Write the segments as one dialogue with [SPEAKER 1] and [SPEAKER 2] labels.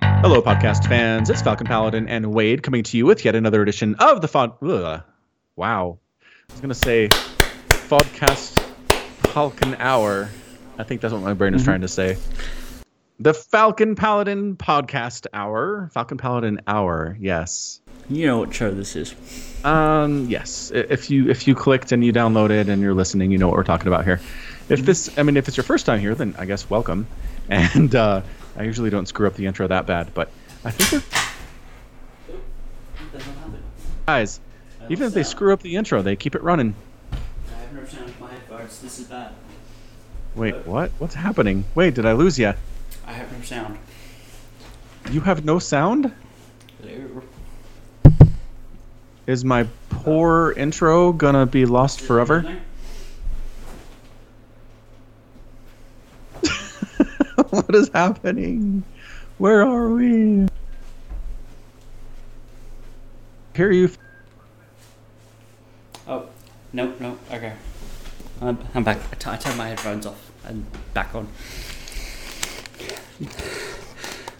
[SPEAKER 1] Hello, podcast fans. It's Falcon Paladin and Wade coming to you with yet another edition of the Fod. Ugh. Wow. I was going to say Fodcast Falcon Hour. I think that's what my brain is trying to say. The Falcon Paladin Podcast Hour. Falcon Paladin Hour. Yes.
[SPEAKER 2] You know what show this is.
[SPEAKER 1] Um, yes. I- If you if you clicked and you downloaded and you're listening, you know what we're talking about here. If this, I mean, if it's your first time here, then I guess welcome. And uh, I usually don't screw up the intro that bad, but I think we're guys. Even if they screw up the intro, they keep it running.
[SPEAKER 2] I have never sound my headphones. This is bad.
[SPEAKER 1] Wait, what? What's happening? Wait, did I lose ya?
[SPEAKER 2] I have no sound.
[SPEAKER 1] You have no sound?
[SPEAKER 2] Hello.
[SPEAKER 1] Is my poor intro gonna be lost forever? what is happening? Where are we? Hear you.
[SPEAKER 2] Oh, nope, nope. Okay. I'm, I'm back. I tu- I turned my headphones off and back on.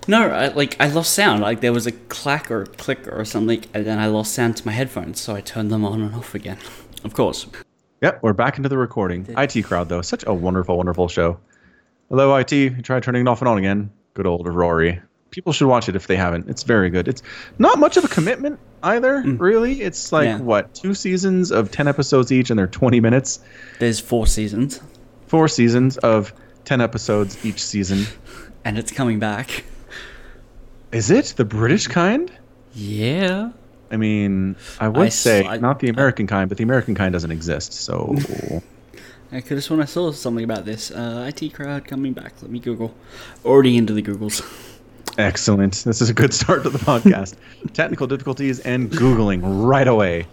[SPEAKER 2] No, I, like I lost sound. Like there was a clack or a click or something, and then I lost sound to my headphones, so I turned them on and off again. Of course.
[SPEAKER 1] Yep, we're back into the recording. IT crowd though, such a wonderful, wonderful show. Hello, IT. Try turning it off and on again. Good old Rory. People should watch it if they haven't. It's very good. It's not much of a commitment either, really. It's like
[SPEAKER 2] Mm. Yeah.
[SPEAKER 1] what two seasons of ten episodes each, and they're twenty minutes.
[SPEAKER 2] There's four seasons,
[SPEAKER 1] Four seasons of ten episodes each season.
[SPEAKER 2] and it's coming back.
[SPEAKER 1] Is it the British kind?
[SPEAKER 2] Yeah.
[SPEAKER 1] I mean, I would
[SPEAKER 2] I
[SPEAKER 1] say
[SPEAKER 2] saw-
[SPEAKER 1] not the American kind, but the American kind doesn't exist. So
[SPEAKER 2] I could have sworn I saw something about this. Uh, IT crowd coming back. Let me Google. Already into the Googles.
[SPEAKER 1] excellent. This is a good start to the podcast. Technical difficulties and Googling right away.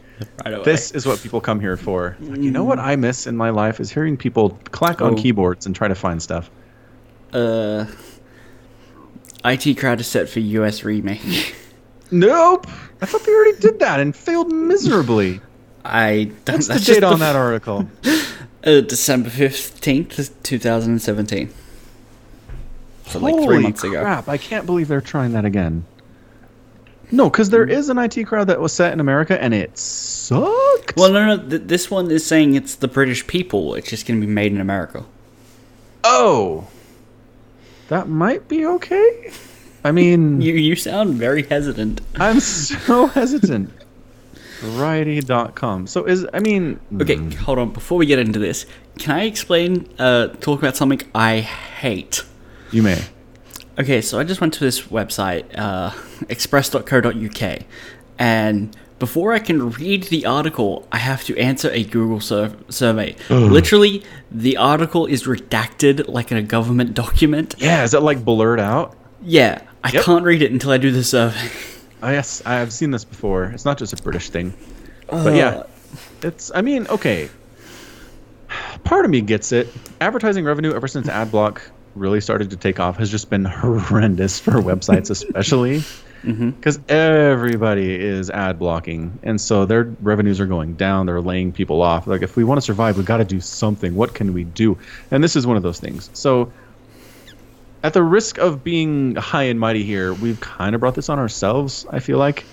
[SPEAKER 2] Right away.
[SPEAKER 1] This is what people come here for. Like, you know what I miss in my life is hearing people clack on
[SPEAKER 2] Oh.
[SPEAKER 1] keyboards and try to find stuff.
[SPEAKER 2] Uh, IT crowd is set for US remake.
[SPEAKER 1] Nope. I thought they already did that and failed miserably.
[SPEAKER 2] I don't.
[SPEAKER 1] What's the
[SPEAKER 2] that's
[SPEAKER 1] date
[SPEAKER 2] just
[SPEAKER 1] on
[SPEAKER 2] the-
[SPEAKER 1] that article?
[SPEAKER 2] Uh, December fifteenth, two thousand and seventeen. So like
[SPEAKER 1] Holy
[SPEAKER 2] three months ago.
[SPEAKER 1] crap! I can't believe they're trying that again. No, because there is an IT crowd that was set in America and it sucked.
[SPEAKER 2] Well, no, no. Th- this one is saying it's the British people. It's just going to be made in America.
[SPEAKER 1] Oh, that might be okay. I mean,
[SPEAKER 2] You you sound very hesitant.
[SPEAKER 1] I'm so hesitant. Variety.com. So is I mean,
[SPEAKER 2] Okay, hold on. Before we get into this, can I explain? Uh, talk about something I hate.
[SPEAKER 1] you may.
[SPEAKER 2] Okay, so I just went to this website, uh, express.co.uk, and before I can read the article, I have to answer a Google sur- survey. Literally, the article is redacted like in a government document.
[SPEAKER 1] Yeah, is that like blurred out?
[SPEAKER 2] Yeah, I
[SPEAKER 1] Yep.
[SPEAKER 2] can't read it until I do the survey.
[SPEAKER 1] Oh, yes, I've seen this before. It's not just a British thing. But yeah, it's. I mean, okay. Part of me gets it. Advertising revenue ever since AdBlock really started to take off has just been horrendous for websites, especially because everybody is ad blocking, and so their revenues are going down. They're laying people off. Like, if we want to survive, we got to do something. What can we do? And this is one of those things. So. At the risk of being high and mighty here, we've kind of brought this on ourselves, I feel like.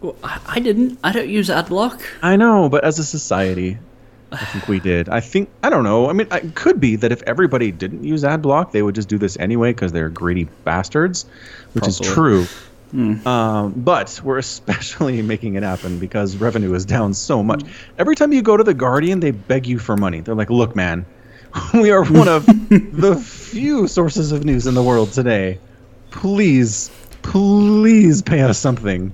[SPEAKER 2] Well, I, I didn't. I don't use AdBlock.
[SPEAKER 1] I know, but as a society, I think we did. I think I don't know. I mean, it could be that if everybody didn't use AdBlock, they would just do this anyway because they're greedy bastards, which is
[SPEAKER 2] Probably. Hmm.
[SPEAKER 1] true. Um, but we're especially making it happen because revenue is down so much. Every time you go to the Guardian, they beg you for money. They're like, "Look, man, we are one of the few sources of news in the world today. Please, please pay us something."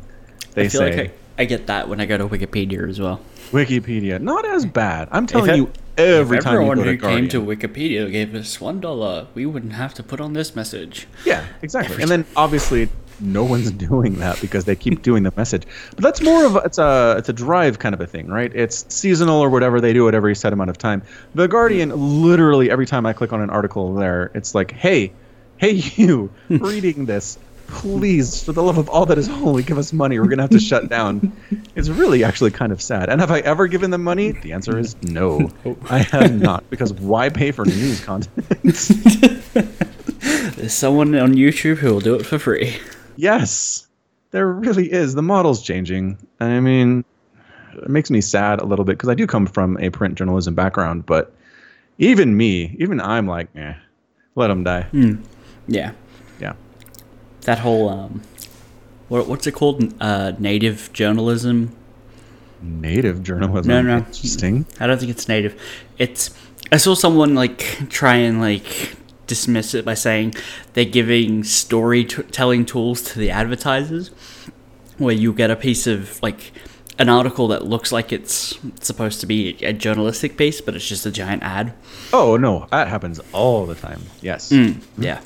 [SPEAKER 1] They
[SPEAKER 2] I feel
[SPEAKER 1] say.
[SPEAKER 2] like I, I get that when I go to Wikipedia as well.
[SPEAKER 1] Wikipedia, not as bad. I'm telling
[SPEAKER 2] it-
[SPEAKER 1] you, every
[SPEAKER 2] e- if
[SPEAKER 1] time you
[SPEAKER 2] everyone
[SPEAKER 1] go to
[SPEAKER 2] who
[SPEAKER 1] Guardian.
[SPEAKER 2] came to Wikipedia gave us one dollar, we wouldn't have to put on this message.
[SPEAKER 1] yeah, exactly. And then obviously, no one's doing that because they keep doing the message. But that's more of a, it's a it's a drive kind of a thing, right? It's seasonal or whatever. They do it every set amount of time. The Guardian, literally every time I click on an article there, it's like, hey, hey, you reading this. Please, for the love of all that is holy, give us money. We're gonna have to shut down. It's really actually kind of sad. And have I ever given them money? The answer is no. I have not, because why pay for news content?
[SPEAKER 2] There's someone on YouTube who will do it for free.
[SPEAKER 1] yes, there really is. The model's changing. And I mean, it makes me sad a little bit because I do come from a print journalism background, but even me, even I'm like, eh, let them die.
[SPEAKER 2] Hmm. Yeah.
[SPEAKER 1] Yeah.
[SPEAKER 2] That whole um, what, what's it called? Uh, native journalism.
[SPEAKER 1] Native journalism.
[SPEAKER 2] No, no.
[SPEAKER 1] Interesting.
[SPEAKER 2] I don't think it's native. It's I saw someone like try and like dismiss it by saying they're giving storytelling tools to the advertisers, where you get a piece of like an article that looks like it's supposed to be a journalistic piece, but it's just a giant ad.
[SPEAKER 1] Oh, no, that happens all the time. Yes.
[SPEAKER 2] Hmm. Yeah.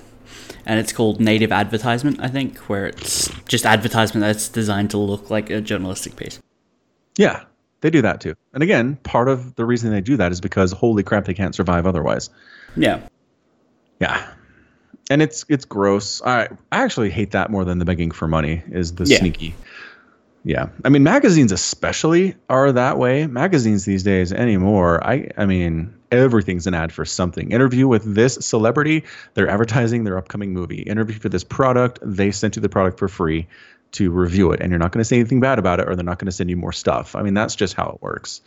[SPEAKER 2] And it's called native advertisement, I think, where it's just advertisement that's designed to look like a journalistic piece.
[SPEAKER 1] Yeah, they do that too. And again, part of the reason they do that is because holy crap, they can't survive otherwise.
[SPEAKER 2] Yeah.
[SPEAKER 1] Yeah. And it's it's gross. I I actually hate that more than the begging for money is the
[SPEAKER 2] Yeah.
[SPEAKER 1] sneaky. Yeah. I mean magazines especially are that way. Magazines these days anymore. I I mean everything's an ad for something. Interview with this celebrity, they're advertising their upcoming movie. Interview for this product, they sent you the product for free to review it and you're not going to say anything bad about it or they're not going to send you more stuff. I mean that's just how it works.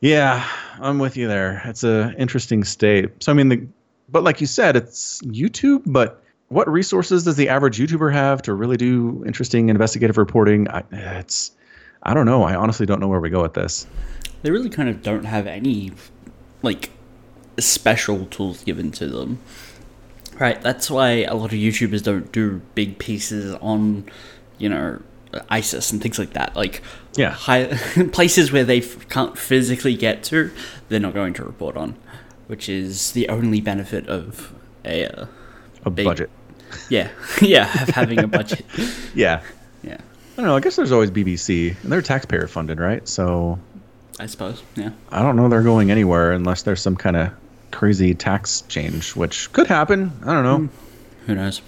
[SPEAKER 1] Yeah, I'm with you there. It's a interesting state. So I mean the but like you said, it's YouTube, but what resources does the average YouTuber have to really do interesting investigative reporting? I, it's I don't know. I honestly don't know where we go with this.
[SPEAKER 2] They really kind of don't have any, like, special tools given to them. Right, that's why a lot of YouTubers don't do big pieces on, you know, ISIS and things like that. Like,
[SPEAKER 1] Yeah.
[SPEAKER 2] high, places where they f- can't physically get to, they're not going to report on, which is the only benefit of a, uh,
[SPEAKER 1] A
[SPEAKER 2] Big-
[SPEAKER 1] budget.
[SPEAKER 2] yeah, yeah, of having a budget.
[SPEAKER 1] Yeah.
[SPEAKER 2] Yeah,
[SPEAKER 1] I don't know. I guess there's always BBC, and they're taxpayer funded, right? So
[SPEAKER 2] I suppose. Yeah,
[SPEAKER 1] I don't know they're going anywhere unless there's some kind of crazy tax change, which could happen. I don't know.
[SPEAKER 2] who knows?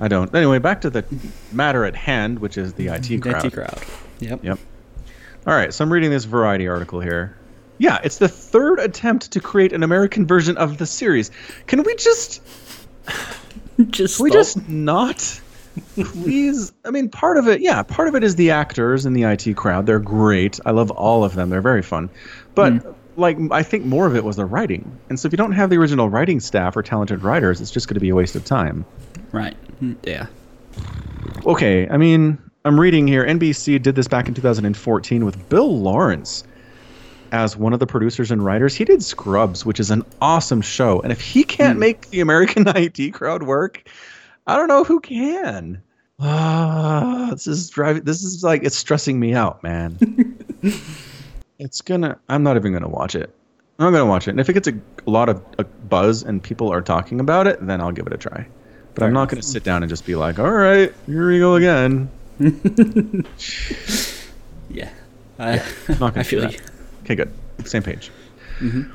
[SPEAKER 1] I don't. Anyway, back to the matter at hand, which is the IT crowd.
[SPEAKER 2] Dirty crowd. Yep.
[SPEAKER 1] Yep. All right, so I'm reading this Variety article here. Yeah, it's the third attempt to create an American version of the series. Can we just
[SPEAKER 2] Just
[SPEAKER 1] can we
[SPEAKER 2] stop.
[SPEAKER 1] just not? Please, I mean, part of it, yeah, part of it is the actors and the IT crowd. They're great. I love all of them. They're very fun. But like, I think more of it was the writing. And so, if you don't have the original writing staff or talented writers, it's just going to be a waste of time.
[SPEAKER 2] right. Mm, Yeah.
[SPEAKER 1] okay, I mean, I'm reading here. NBC did this back in 2014 with Bill Lawrence as one of the producers and writers. He did Scrubs, which is an awesome show. And if he can't make the American IT crowd work, I don't know who can. Ah, this is driving. This is like it's stressing me out, man. it's gonna. I'm not even gonna watch it. I'm not gonna watch it. And if it gets a, a lot of a buzz and people are talking about it, then I'll give it a try. But I'm not gonna sit down and just be like, "All right, here we go again."
[SPEAKER 2] Yeah. I,
[SPEAKER 1] Not gonna
[SPEAKER 2] I
[SPEAKER 1] do
[SPEAKER 2] feel Mm-hmm.
[SPEAKER 1] that.
[SPEAKER 2] you.
[SPEAKER 1] Okay, good. Same page.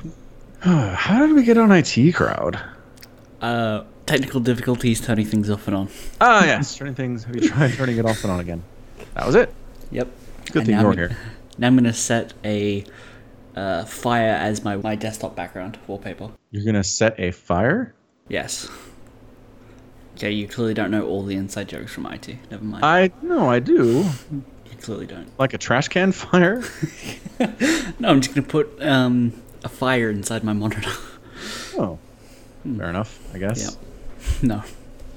[SPEAKER 1] How did we get on IT crowd?
[SPEAKER 2] Uh, technical difficulties turning things off and on.
[SPEAKER 1] Ah, yes. Turning things. Have you tried turning it off and on again? That was it.
[SPEAKER 2] Yep.
[SPEAKER 1] Good thing
[SPEAKER 2] now
[SPEAKER 1] you're
[SPEAKER 2] I'm gonna-
[SPEAKER 1] here.
[SPEAKER 2] Now I'm gonna set a uh, fire as my my desktop background wallpaper.
[SPEAKER 1] You're gonna set a fire.
[SPEAKER 2] Yes. Okay, you clearly don't know all the inside jokes from IT. Never mind.
[SPEAKER 1] I no, I do.
[SPEAKER 2] you clearly don't.
[SPEAKER 1] Like a trash can fire.
[SPEAKER 2] No, I'm just gonna put um, a fire inside my monitor.
[SPEAKER 1] Oh,
[SPEAKER 2] Hmm.
[SPEAKER 1] fair enough. I guess.
[SPEAKER 2] yep. No,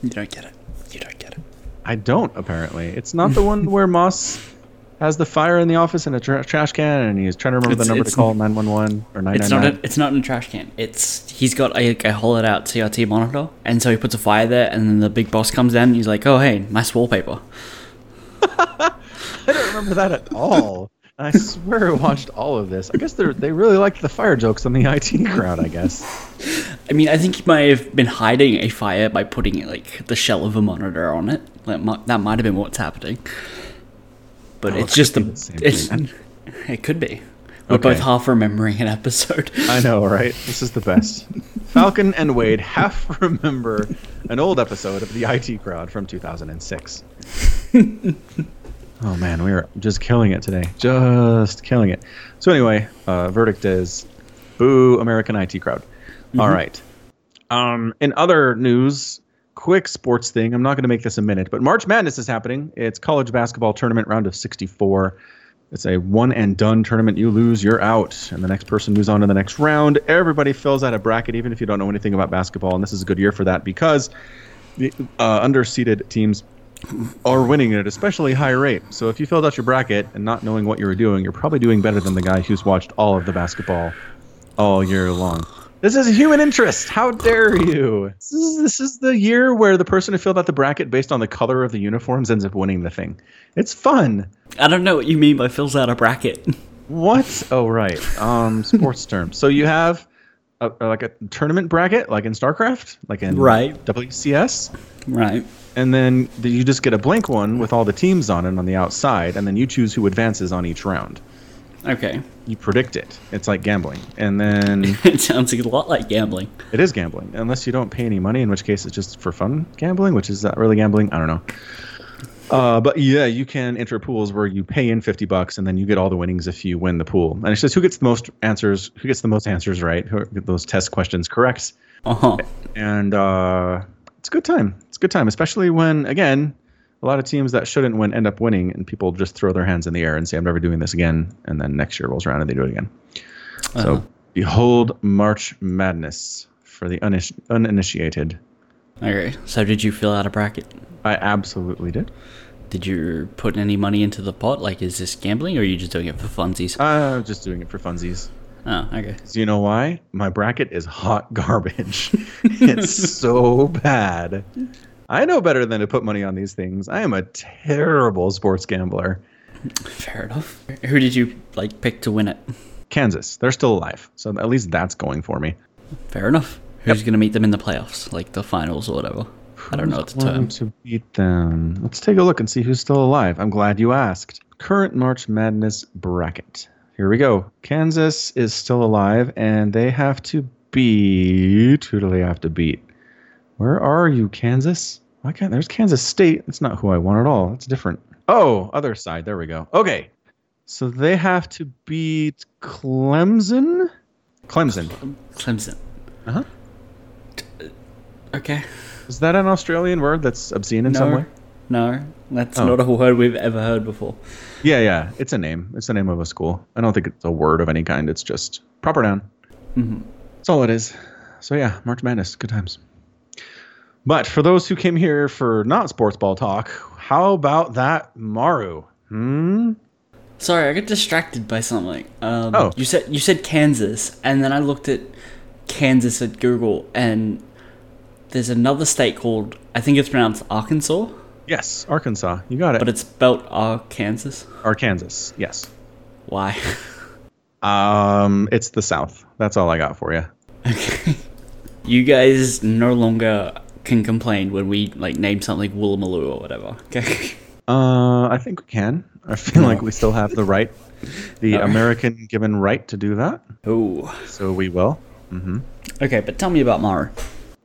[SPEAKER 2] you don't get it. You don't get it.
[SPEAKER 1] I don't apparently. It's not the one where Moss has the fire in the office in a tra- trash can, and he's trying to remember
[SPEAKER 2] It's-
[SPEAKER 1] the number to
[SPEAKER 2] it's-
[SPEAKER 1] call nine one one or nine
[SPEAKER 2] It's
[SPEAKER 1] nine
[SPEAKER 2] not. A,
[SPEAKER 1] nine.
[SPEAKER 2] it's not in a trash can. It's he's got a, a hollowed out CRT monitor, and so he puts a fire there, and then the big boss comes in. and He's like, "Oh hey, nice wallpaper."
[SPEAKER 1] I don't remember that at all. And I swear I watched all of this. I guess they they really liked the fire jokes on the IT crowd. I guess.
[SPEAKER 2] I mean, I think he might have been hiding a fire by putting like the shell of a monitor on it. That might, that might have been what's happening. But
[SPEAKER 1] Oh, it
[SPEAKER 2] it's
[SPEAKER 1] could
[SPEAKER 2] just the.
[SPEAKER 1] be the same
[SPEAKER 2] it's,
[SPEAKER 1] thing.
[SPEAKER 2] It could be. We're both
[SPEAKER 1] Okay.
[SPEAKER 2] half remembering an episode.
[SPEAKER 1] I know, right? This is the best. Falcon and Wade half remember an old episode of the IT crowd from 2006. oh man, we are just killing it today. Just killing it. So anyway, uh, verdict is boo American IT crowd. All right. Um, in other news, quick sports thing. I'm not going to make this a minute, but March Madness is happening. It's college basketball tournament round of 64. It's a one and done tournament. You lose, you're out, and the next person moves on to the next round. Everybody fills out a bracket, even if you don't know anything about basketball. And this is a good year for that because the uh, underseeded teams are winning at an especially high rate. So if you filled out your bracket and not knowing what you were doing, you're probably doing better than the guy who's watched all of the basketball all year long. This is human interest. How dare you? This is, this is the year where the person who filled out the bracket based on the color of the uniforms ends up winning the thing. It's fun.
[SPEAKER 2] I don't know what you mean by fills out a bracket.
[SPEAKER 1] What? Oh, right. Um, sports terms. So you have a, like a tournament bracket, like in StarCraft, like in
[SPEAKER 2] Right.
[SPEAKER 1] WCS,
[SPEAKER 2] right.
[SPEAKER 1] and then the- you just get a blank one with all the teams on it on the outside, and then you choose who advances on each round.
[SPEAKER 2] Okay.
[SPEAKER 1] You predict it. It's like gambling, and then
[SPEAKER 2] it sounds a lot like gambling.
[SPEAKER 1] it is gambling unless you don't pay any money, in which case it's just for fun gambling, which is not really gambling. I don't know. Uh, but yeah, you can enter pools where you pay in 50 bucks and then you get all the winnings if you win the pool. And it's just who gets the most answers, who gets the most answers right, who get those test questions correct.
[SPEAKER 2] Uh huh.
[SPEAKER 1] And uh, it's a good time. It's a good time, especially when, again, a lot of teams that shouldn't win end up winning and people just throw their hands in the air and say, I'm never doing this again. And then next year rolls around and they do it again. So behold March Madness for the unis- uninitiated.
[SPEAKER 2] Okay. So did you fill out a bracket?
[SPEAKER 1] I absolutely did.
[SPEAKER 2] Did you put any money into the pot? Like, is this gambling, or are you just doing it for funsies?
[SPEAKER 1] I'm just doing it for funsies.
[SPEAKER 2] oh, okay.
[SPEAKER 1] So you know why? My bracket is hot garbage. it's so bad. I know better than to put money on these things. I am a terrible sports gambler.
[SPEAKER 2] Fair enough. Who did you like pick to win it?
[SPEAKER 1] Kansas, they're still alive. So at least that's going for me.
[SPEAKER 2] Fair enough. Who's gonna meet them in the playoffs, like the finals or whatever? I don't know what the
[SPEAKER 1] Going
[SPEAKER 2] term.
[SPEAKER 1] to beat them. Let's take a look and see who's still alive. I'm glad you asked. Current March Madness bracket. Here we go. Kansas is still alive, and they have to beat. Who do they have to beat? Where are you, Kansas? Why can't there's Kansas State? That's not who I want at all. That's different. Oh, other side. There we go. Okay. So they have to beat Clemson. Clemson.
[SPEAKER 2] Clemson. uh,
[SPEAKER 1] Uh-huh.
[SPEAKER 2] Okay.
[SPEAKER 1] Is that an Australian word that's obscene in some way?
[SPEAKER 2] No, that's
[SPEAKER 1] Oh.
[SPEAKER 2] not a word we've ever heard before.
[SPEAKER 1] Yeah, yeah. It's a name. It's the name of a school. I don't think it's a word of any kind. It's just proper noun.
[SPEAKER 2] Mm-hmm.
[SPEAKER 1] That's all it is. So yeah, March Madness. Good times. But for those who came here for not sports ball talk, how about that Maru? Hmm.
[SPEAKER 2] Sorry, I got distracted by something. Um,
[SPEAKER 1] Oh.
[SPEAKER 2] you said you said Kansas, and then I looked at Kansas at Google, and there's another state called I think it's pronounced Arkansas,
[SPEAKER 1] Yes, Arkansas. You got it.
[SPEAKER 2] but it's spelled Arkansas.
[SPEAKER 1] Arkansas. Yes.
[SPEAKER 2] Why?
[SPEAKER 1] Um, it's the South. That's all I got for you.
[SPEAKER 2] okay. You guys no longer can complain when we like name something Woolloomooloo or whatever. Okay.
[SPEAKER 1] Uh, I think we can. I feel like we still have the right, the American given right to do that.
[SPEAKER 2] Ooh.
[SPEAKER 1] So we will.
[SPEAKER 2] Okay, but tell me about Mara.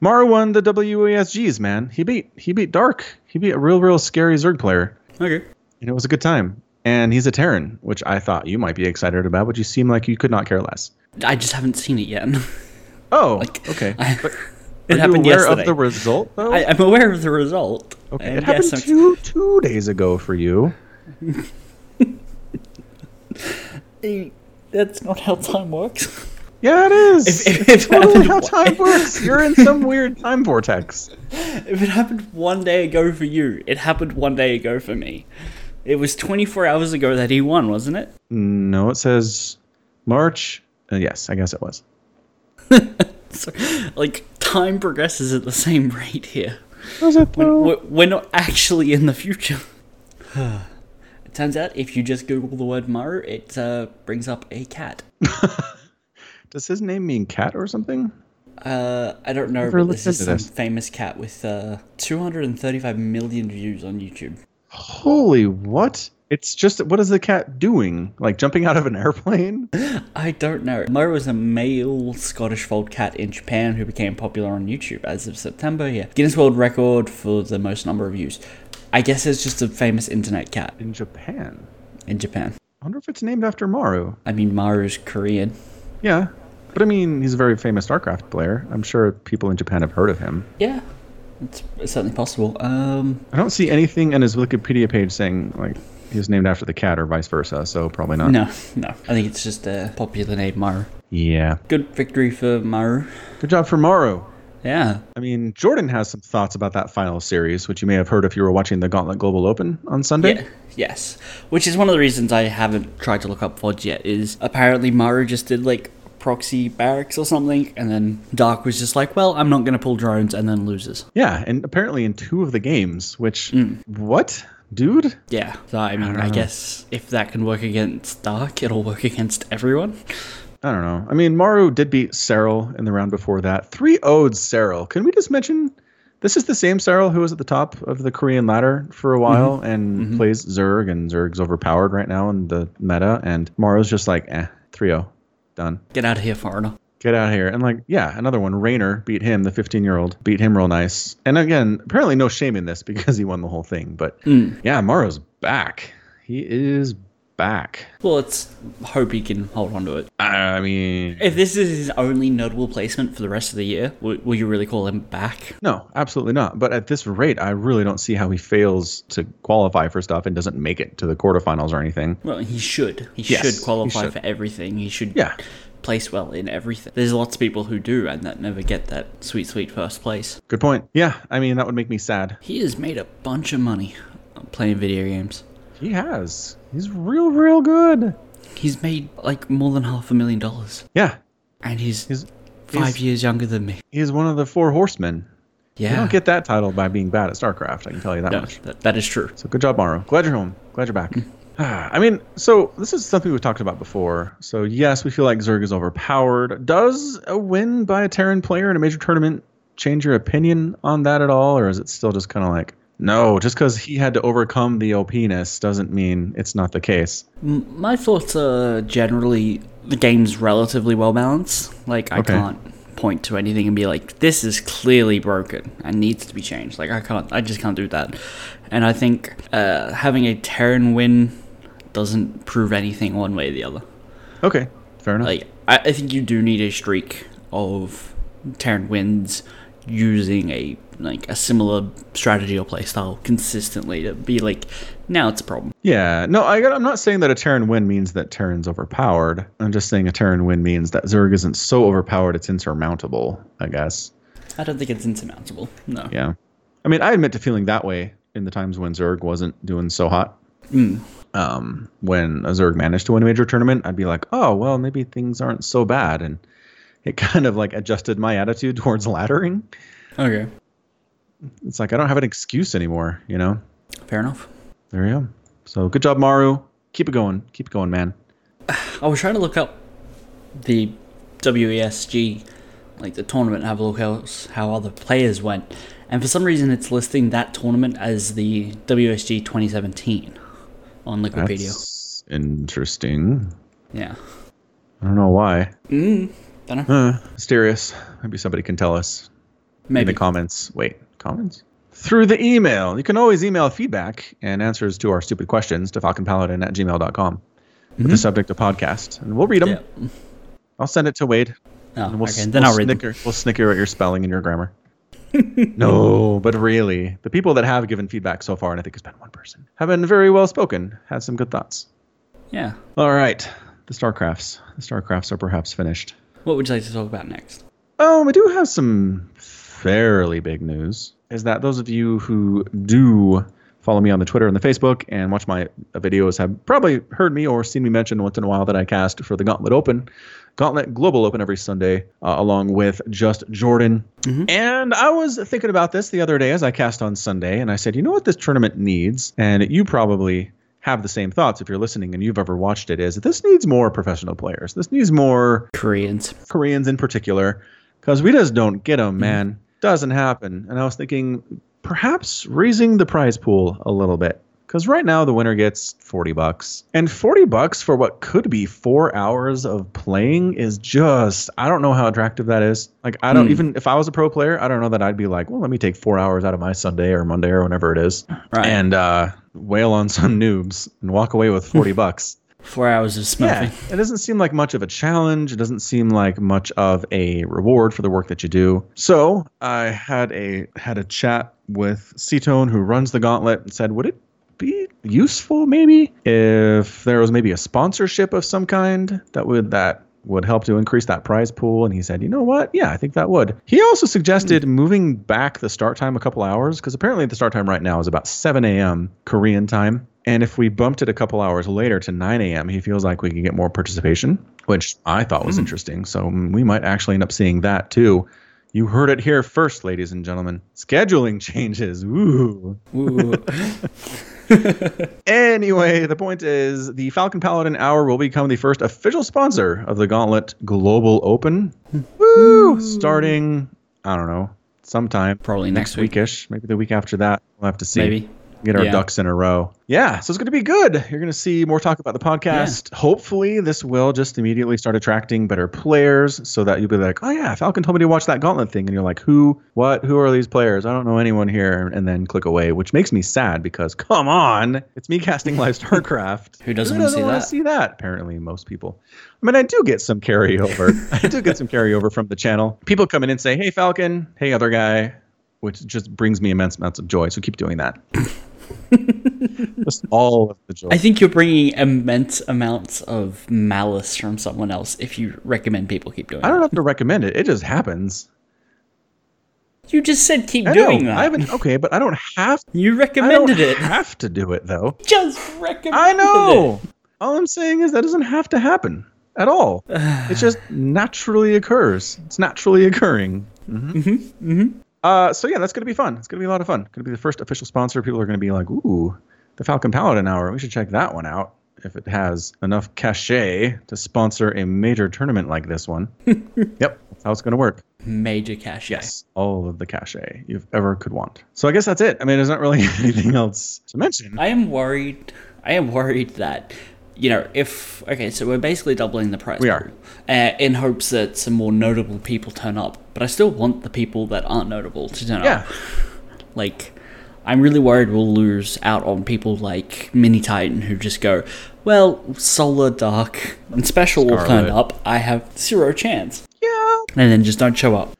[SPEAKER 1] Mara won the WESGs, man. He beat he beat Dark. He beat a real, real scary Zerg player,
[SPEAKER 2] Okay.
[SPEAKER 1] and it was a good time. And he's a Terran, which I thought you might be excited about, but you seem like you could not care less.
[SPEAKER 2] I just haven't seen it yet.
[SPEAKER 1] Oh,
[SPEAKER 2] Like,
[SPEAKER 1] okay.
[SPEAKER 2] I-
[SPEAKER 1] but
[SPEAKER 2] it
[SPEAKER 1] are
[SPEAKER 2] happened
[SPEAKER 1] you aware
[SPEAKER 2] yesterday.
[SPEAKER 1] of the result, though?
[SPEAKER 2] I, I'm aware of the result.
[SPEAKER 1] okay,
[SPEAKER 2] and
[SPEAKER 1] it happened
[SPEAKER 2] yes, I'm-
[SPEAKER 1] two two days ago for you.
[SPEAKER 2] That's not how time works.
[SPEAKER 1] Yeah, it is.
[SPEAKER 2] If- if
[SPEAKER 1] it's
[SPEAKER 2] it
[SPEAKER 1] totally
[SPEAKER 2] happened
[SPEAKER 1] how
[SPEAKER 2] one-
[SPEAKER 1] time works. You're in some weird time vortex.
[SPEAKER 2] if it happened one day ago for you, it happened one day ago for me. It was 24 hours ago that he won, wasn't it?
[SPEAKER 1] No, it says March. Uh, yes, I guess it was.
[SPEAKER 2] So, like, time progresses at the same rate here.
[SPEAKER 1] Was it though?
[SPEAKER 2] We're, we're not actually in the future. it turns out if you just Google the word Maru, it uh, brings up a cat.
[SPEAKER 1] Does his name mean cat or something?
[SPEAKER 2] Uh, I don't know,
[SPEAKER 1] Never
[SPEAKER 2] but this
[SPEAKER 1] looked
[SPEAKER 2] is
[SPEAKER 1] into
[SPEAKER 2] some
[SPEAKER 1] this.
[SPEAKER 2] famous cat with uh, 235 million views on YouTube.
[SPEAKER 1] Holy what? It's just what is the cat doing? Like jumping out of an airplane?
[SPEAKER 2] I don't know. Mo was a male Scottish fold cat in Japan who became popular on YouTube as of September. Yeah, Guinness World Record for the most number of views. I guess it's just a famous internet cat
[SPEAKER 1] In Japan.
[SPEAKER 2] in Japan.
[SPEAKER 1] I wonder if it's named after Maru.
[SPEAKER 2] I mean, Maru's Korean.
[SPEAKER 1] Yeah. But I mean, he's a very famous StarCraft player. I'm sure people in Japan have heard of him.
[SPEAKER 2] Yeah, It's, it's certainly possible. Um,
[SPEAKER 1] I don't see anything in his Wikipedia page saying like he was named after the cat or vice versa, so probably not.
[SPEAKER 2] no, no. I think it's just a popular name, Maru.
[SPEAKER 1] Yeah.
[SPEAKER 2] Good victory for Maru.
[SPEAKER 1] Good job for Morrow.
[SPEAKER 2] Yeah.
[SPEAKER 1] I mean, Jordan has some thoughts about that final series, which you may have heard if you were watching the Gauntlet Global Open on Sunday.
[SPEAKER 2] Yeah. Yes. Which is one of the reasons I haven't tried to look up VODs yet, is apparently Maru just did like proxy barracks or something, and then Dark was just like, well, I'm not going to pull drones, and then loses.
[SPEAKER 1] Yeah, and apparently in two of the games, which
[SPEAKER 2] Mm.
[SPEAKER 1] what? Dude?
[SPEAKER 2] Yeah. So, I mean, I, guess if that can work against Dark, it'll work against everyone.
[SPEAKER 1] I don't know. I mean, Maru did beat Cyril in the round before that. 3 0'd Cyril. Can we just mention this is the same Cyril who was at the top of the Korean ladder for a while and plays Zerg, and Zerg's overpowered right now in the meta, and Maru's just like, eh, 3 0. Done.
[SPEAKER 2] Get out of here, foreigner.
[SPEAKER 1] Get out of here. And like, yeah, another one. Rainer beat him, the 15 year old, beat him real nice. And again, apparently no shame in this because he won the whole thing. But yeah, Maro's back. He is back.
[SPEAKER 2] Well, let's hope he can hold on to it.
[SPEAKER 1] I mean,
[SPEAKER 2] If this is his only notable placement for the rest of the year, will, will you really call him back?
[SPEAKER 1] no, absolutely not. But at this rate, I really don't see how he fails to qualify for stuff and doesn't make it to the quarterfinals or anything.
[SPEAKER 2] Well, he should. He
[SPEAKER 1] Yes, he
[SPEAKER 2] should qualify
[SPEAKER 1] should.
[SPEAKER 2] for everything. He should
[SPEAKER 1] Yeah.
[SPEAKER 2] place well in everything. There's lots of people who do and that never get that sweet, sweet first place.
[SPEAKER 1] Good point. Yeah. I mean, that would make me sad.
[SPEAKER 2] He has made a bunch of money playing video games.
[SPEAKER 1] He has. He's real, real good.
[SPEAKER 2] He's made like more than half a million dollars,
[SPEAKER 1] Yeah.
[SPEAKER 2] and he's,
[SPEAKER 1] He's,
[SPEAKER 2] five
[SPEAKER 1] he's-
[SPEAKER 2] years younger than me.
[SPEAKER 1] he's one of the four horsemen. You
[SPEAKER 2] Yeah,
[SPEAKER 1] don't get that title by being bad at StarCraft, I can tell you that
[SPEAKER 2] No,
[SPEAKER 1] much.
[SPEAKER 2] that, that is true.
[SPEAKER 1] So good job, Morrow. Glad you're home. Glad you're back. I mean, so this is something we've talked about before. So yes, we feel like Zerg is overpowered. Does a win by a Terran player in a major tournament change your opinion on that at all, or is it still just kind of like, no, just because he had to overcome the OPness doesn't mean it's not the case.
[SPEAKER 2] M- My thoughts are generally the game's relatively well balanced. Like I
[SPEAKER 1] Okay.
[SPEAKER 2] can't point to anything and be like, this is clearly broken and needs to be changed. Like I can't, I just can't do that. And I think uh, having a Terran win doesn't prove anything one way or the other.
[SPEAKER 1] Okay, fair enough.
[SPEAKER 2] Like I, I think you do need a streak of Terran wins using a like a similar strategy or playstyle consistently to be like, now it's a problem.
[SPEAKER 1] Yeah, no, I, I'm not saying that a Terran win means that Terran's overpowered. I'm just saying a Terran win means that Zerg isn't so overpowered it's insurmountable. I guess.
[SPEAKER 2] I don't think it's insurmountable. No.
[SPEAKER 1] Yeah. I mean, I admit to feeling that way in the times when Zerg wasn't doing so hot. Um, when a Zerg managed to win a major tournament, I'd be like, oh, well, maybe things aren't so bad. And it kind of like adjusted my attitude towards laddering.
[SPEAKER 2] Okay.
[SPEAKER 1] It's like, I don't have an excuse anymore, you know?
[SPEAKER 2] Fair enough.
[SPEAKER 1] There you go. So good job, Maru. Keep it going. Keep it going, man.
[SPEAKER 2] I was trying to look up the WESG, like the tournament, have a look how, how other players went. And for some reason, it's listing that tournament as the E WSG 2017 on Liquipedia.
[SPEAKER 1] That's interesting.
[SPEAKER 2] Yeah.
[SPEAKER 1] I don't know why.
[SPEAKER 2] Dunno.
[SPEAKER 1] Uh, mysterious. Maybe somebody can tell us. in
[SPEAKER 2] Maybe.
[SPEAKER 1] the comments. Wait, comments? Through the email. You can always email feedback and answers to our stupid questions to falconpaladin at gmail.com with the subject of podcast. And we'll read them.
[SPEAKER 2] Mm-hmm. Yeah.
[SPEAKER 1] I'll send it to Wade.
[SPEAKER 2] Oh,
[SPEAKER 1] And we'll,
[SPEAKER 2] okay. Then
[SPEAKER 1] we'll
[SPEAKER 2] I'll read them.
[SPEAKER 1] snicker, We'll snicker at your spelling and your grammar. no, but really, the people that have given feedback so far, and I think it's been one person, have been very well spoken, had some good thoughts.
[SPEAKER 2] Yeah.
[SPEAKER 1] All right, the StarCrafts. The StarCrafts are perhaps finished.
[SPEAKER 2] What would you like to talk about next?
[SPEAKER 1] Um, I do have some fairly big news. Is that those of you who do follow me on the Twitter and the Facebook and watch my videos have probably heard me or seen me mention once in a while that I cast for the Gauntlet Open, Gauntlet Global Open every Sunday, uh, along with just Jordan. And I was thinking about this the other day as I cast on Sunday, and I said, you know what this tournament needs, and you probably have the same thoughts if you're listening and you've ever watched it. Is that this needs more professional players? This needs more
[SPEAKER 2] Koreans.
[SPEAKER 1] Koreans in particular, because we just don't get them, man. Doesn't happen. And I was thinking, perhaps raising the prize pool a little bit, because right now the winner gets 40 bucks, and 40 bucks for what could be four hours of playing is just, I don't know how attractive that is. Like, I don't even if I was a pro player, I don't know that I'd be like, well, let me take four hours out of my Sunday or Monday or whenever it is,
[SPEAKER 2] Right.
[SPEAKER 1] and uh, wail on some noobs and walk away with 40 bucks.
[SPEAKER 2] Four hours of smurfing.
[SPEAKER 1] it doesn't seem like much of a challenge. It doesn't seem like much of a reward for the work that you do. So I had a had a chat with Cetone, who runs the Gauntlet, and said, "Would it be useful, maybe, if there was maybe a sponsorship of some kind that would that." would help to increase that prize pool and he said you know what yeah i think that would he also suggested moving back the start time a couple hours because apparently the start time right now is about 7 a.m korean time and if we bumped it a couple hours later to 9 a.m., he feels like we could get more participation, which I thought was interesting. So mm, we might actually end up seeing that too. You heard it here first, ladies and gentlemen. Scheduling changes. Ooh.
[SPEAKER 2] Ooh.
[SPEAKER 1] Anyway, the point is the Falcon Paladin Hour will become the first official sponsor of the Gauntlet Global Open. Woo! Starting, I don't know, sometime.
[SPEAKER 2] Probably next week.
[SPEAKER 1] weekish. Maybe the week after that. We'll have to see.
[SPEAKER 2] Maybe.
[SPEAKER 1] Get our
[SPEAKER 2] Yeah.
[SPEAKER 1] ducks in a row. Yeah, so it's going to be good. You're going to see more talk about the podcast. Hopefully, this will just immediately start attracting better players so that you'll be like, oh, yeah, Falcon told me to watch that gauntlet thing. And you're like, who, what, who are these players? I don't know anyone here. And then click away, which makes me sad because, come on, it's me casting live StarCraft.
[SPEAKER 2] Who doesn't wanna see
[SPEAKER 1] wanna
[SPEAKER 2] that?
[SPEAKER 1] see that? Apparently, most people. I mean, I do get some carryover. I do get some carryover from the channel. People come in and say, hey, Falcon, hey, other guy, which just brings me immense amounts of joy. So keep doing that. Just all of the joy.
[SPEAKER 2] I think you're bringing immense amounts of malice from someone else if you recommend people keep doing
[SPEAKER 1] I
[SPEAKER 2] it.
[SPEAKER 1] don't have to recommend it. It just happens.
[SPEAKER 2] You just said keep
[SPEAKER 1] I
[SPEAKER 2] doing
[SPEAKER 1] know.
[SPEAKER 2] that.
[SPEAKER 1] I haven't. Okay, but I don't have. I
[SPEAKER 2] You
[SPEAKER 1] don't
[SPEAKER 2] recommended it.
[SPEAKER 1] have to do it though.
[SPEAKER 2] Just recommended
[SPEAKER 1] I
[SPEAKER 2] it.
[SPEAKER 1] know. All I'm saying is that doesn't have to happen at all. it just naturally occurs. It's naturally occurring. Mm-hmm. Uh, so yeah, that's going to be fun. It's going to be a lot of fun. Going to be the first official sponsor. People are going to be like, "Ooh, the Falcon Paladin Hour. We should check that one out if it has enough cachet to sponsor a major tournament like this one." yep, that's how it's going to work.
[SPEAKER 2] Major cash.
[SPEAKER 1] Yes, all of the cachet you've ever could want. So I guess that's it. I mean, there's not really anything else to mention.
[SPEAKER 2] I am worried. I am worried that you know if okay, so we're basically doubling the price.
[SPEAKER 1] We are.
[SPEAKER 2] pool, uh, in hopes that some more notable people turn up. But I still want the people that aren't notable to turn
[SPEAKER 1] Yeah,
[SPEAKER 2] up. Like, I'm really worried we'll lose out on people like Mini Titan who just go, well, Solar Dark and Special will turn
[SPEAKER 1] Scarlet.
[SPEAKER 2] up. I have zero chance,
[SPEAKER 1] yeah.
[SPEAKER 2] and then just don't show up.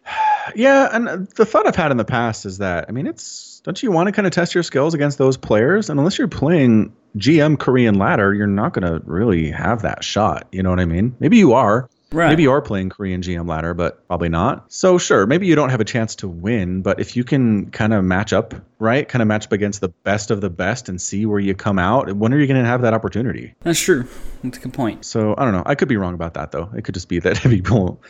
[SPEAKER 1] Yeah, and uh, the thought I've had in the past is that I mean, it's don't you want to kind of test your skills against those players? And unless you're playing GM Korean Ladder, you're not going to really have that shot. You know what I mean? Maybe you are.
[SPEAKER 2] Right.
[SPEAKER 1] Maybe you are playing Korean GM Ladder, but probably not. So sure, maybe you don't have a chance to win, but if you can kind of match up, right? Kind of match up against the best of the best and see where you come out. When are you going to have that opportunity?
[SPEAKER 2] That's true. That's a good point.
[SPEAKER 1] So I don't know. I could be wrong about that though. It could just be that people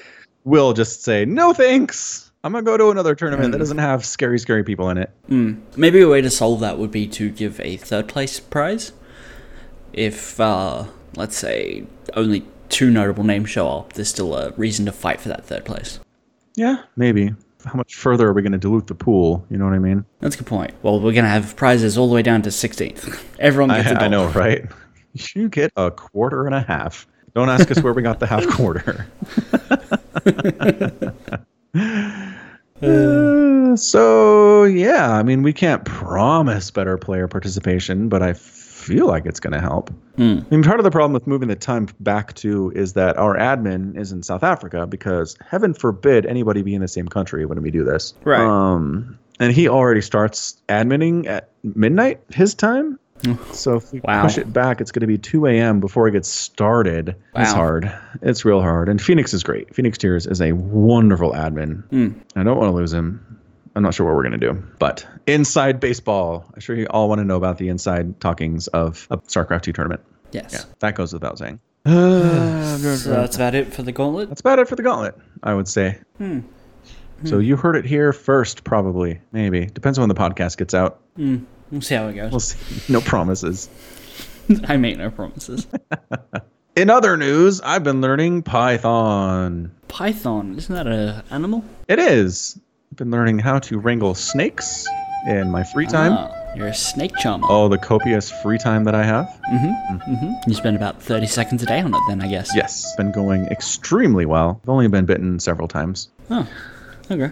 [SPEAKER 1] will just say, "No thanks. I'm gonna go to another tournament that doesn't have scary, scary people in it."
[SPEAKER 2] Maybe a way to solve that would be to give a third place prize. If, uh, let's say, only two notable names show up, there's still a reason to fight for that third place.
[SPEAKER 1] Yeah, maybe. How much further are we gonna dilute the pool? You know what I mean?
[SPEAKER 2] That's a good point. Well, we're going to have prizes all the way down to 16th. Everyone
[SPEAKER 1] I,
[SPEAKER 2] gets a dollar.
[SPEAKER 1] I know, right? You get a quarter and a half. Don't ask us where we got the half quarter. Uh, so yeah, I mean, we can't promise better player participation, but I feel like it's going to help.
[SPEAKER 2] Hmm.
[SPEAKER 1] I mean, part of the problem with moving the time back to is that our admin is in South Africa because heaven forbid anybody be in the same country when we do this.
[SPEAKER 2] Right.
[SPEAKER 1] Um, and he already starts adminning at midnight his time. So if we
[SPEAKER 2] Wow.
[SPEAKER 1] push it back, it's going to be 2 a.m. before it gets started. It's
[SPEAKER 2] Wow.
[SPEAKER 1] hard. It's real hard. And Phoenix is great. Phoenix Tears is a wonderful admin.
[SPEAKER 2] Hmm.
[SPEAKER 1] I don't want to lose him. I'm not sure what we're going to do. But inside baseball, I'm sure you all want to know about the inside talkings of a StarCraft 2 tournament.
[SPEAKER 2] Yes.
[SPEAKER 1] Yeah, that goes without saying.
[SPEAKER 2] So that's about it for the gauntlet.
[SPEAKER 1] That's about it for the gauntlet, I would say. So you heard it here first, probably. Maybe. Depends on when the podcast gets out.
[SPEAKER 2] We'll see how it
[SPEAKER 1] We'll
[SPEAKER 2] goes.
[SPEAKER 1] see. No promises.
[SPEAKER 2] I make no promises.
[SPEAKER 1] In other news, I've been learning Python.
[SPEAKER 2] Python, isn't that a animal?
[SPEAKER 1] It is. I've been learning how to wrangle snakes in my free time.
[SPEAKER 2] Ah, you're a snake charmer.
[SPEAKER 1] All the copious free time that I have.
[SPEAKER 2] You spend about 30 seconds a day on it then, I guess.
[SPEAKER 1] Yes. Been going extremely well. I've only been bitten several times.
[SPEAKER 2] Oh, okay.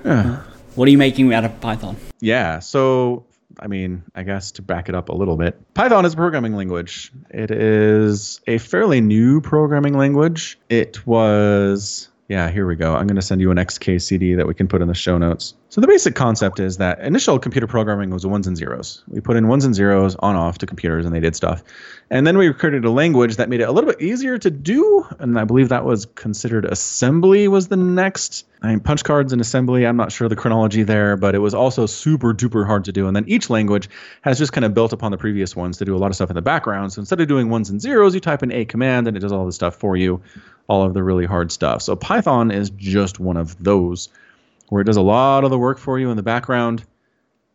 [SPEAKER 2] What are you making out of Python?
[SPEAKER 1] Yeah. So I mean, I guess to back it up a little bit, Python is a programming language. It is a fairly new programming language. It was, yeah, here we go. I'm going to send you an XKCD that we can put in the show notes. So the basic concept is that initial computer programming was ones and zeros. We put in ones and zeros on off to computers and they did stuff. And then we created a language that made it a little bit easier to do. And I believe that was considered assembly was the next. I mean, punch cards and assembly, I'm not sure the chronology there, but it was also super duper hard to do. And then each language has just kind of built upon the previous ones to do a lot of stuff in the background. So instead of doing ones and zeros, you type in a command and it does all the stuff for you, all of the really hard stuff. So Python is just one of those where it does a lot of the work for you in the background.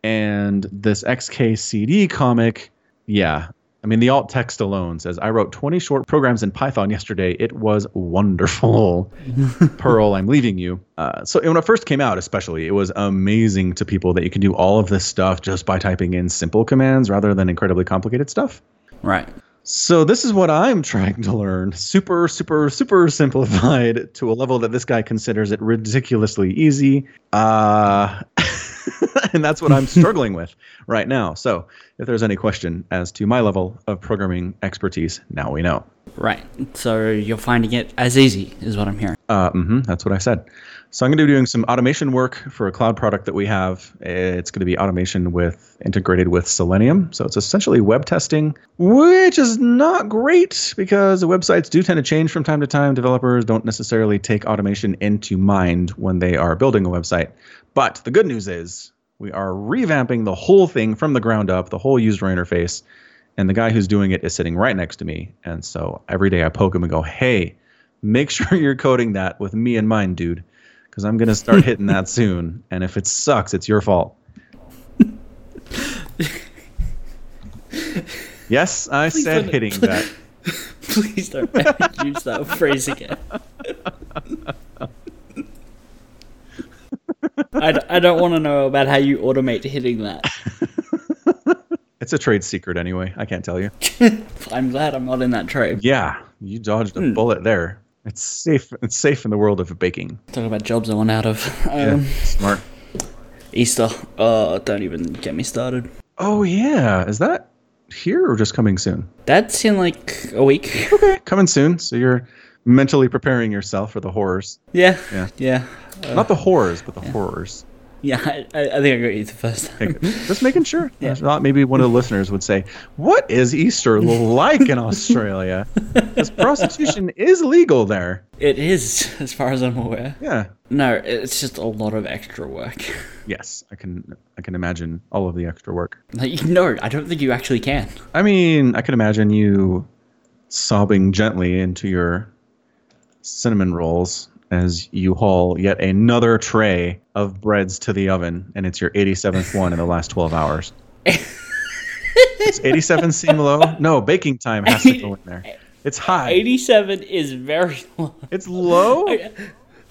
[SPEAKER 1] And this XKCD comic, yeah. I mean, the alt text alone says, I wrote 20 short programs in Python yesterday. It was wonderful. Pearl, I'm leaving you. Uh, so, when it first came out, especially, it was amazing to people that you can do all of this stuff just by typing in simple commands rather than incredibly complicated stuff.
[SPEAKER 2] Right.
[SPEAKER 1] So this is what I'm trying to learn. Super, super, super simplified to a level that this guy considers it ridiculously easy. Uh, and that's what I'm struggling with right now. So if there's any question as to my level of programming expertise, now we know.
[SPEAKER 2] Right. So you're finding it as easy, is what I'm hearing.
[SPEAKER 1] Uh, mhm, that's what I said. So I'm going to be doing some automation work for a cloud product that we have. It's going to be automation with integrated with Selenium. So it's essentially web testing, which is not great because the websites do tend to change from time to time. Developers don't necessarily take automation into mind when they are building a website. But the good news is we are revamping the whole thing from the ground up, the whole user interface. And the guy who's doing it is sitting right next to me. And so every day I poke him and go, hey, make sure you're coding that with me in mind, dude because I'm gonna start hitting that soon. And if it sucks, it's your fault. yes, I
[SPEAKER 2] Please
[SPEAKER 1] said
[SPEAKER 2] don't-
[SPEAKER 1] hitting that.
[SPEAKER 2] Please don't ever use that phrase again. I, d- I don't want to know about how you automate hitting that.
[SPEAKER 1] It's a trade secret anyway. I can't tell you.
[SPEAKER 2] I'm glad I'm not in that trade.
[SPEAKER 1] Yeah, you dodged
[SPEAKER 2] Hmm.
[SPEAKER 1] a bullet there. It's safe. It's safe in the world of baking.
[SPEAKER 2] Talking about jobs I want out of.
[SPEAKER 1] Yeah,
[SPEAKER 2] Um,
[SPEAKER 1] smart.
[SPEAKER 2] Easter. Oh, don't even get me started.
[SPEAKER 1] Oh yeah, is that here or just coming soon?
[SPEAKER 2] That's in like a week.
[SPEAKER 1] Okay, coming soon. So you're mentally preparing yourself for the horrors.
[SPEAKER 2] Yeah.
[SPEAKER 1] Yeah.
[SPEAKER 2] Yeah.
[SPEAKER 1] Not the horrors, but the horrors.
[SPEAKER 2] Yeah, I, I I think I got you the first time.
[SPEAKER 1] Okay, good. Just making sure. I thought maybe one of the listeners would say, "What is Easter like in Australia? Because prostitution is legal there."
[SPEAKER 2] It is, as far as I'm aware.
[SPEAKER 1] Yeah.
[SPEAKER 2] No, it's just a lot of extra work.
[SPEAKER 1] Yes, I can. I can imagine all of the extra work.
[SPEAKER 2] Like, no, I don't think you actually can.
[SPEAKER 1] I mean, I can imagine you sobbing gently into your cinnamon rolls as you haul yet another tray of breads to the oven, and it's your 87th one in the last 12 hours. Does 87 seem low? No, baking time has to go in there. It's high.
[SPEAKER 2] 87 is very long.
[SPEAKER 1] It's low.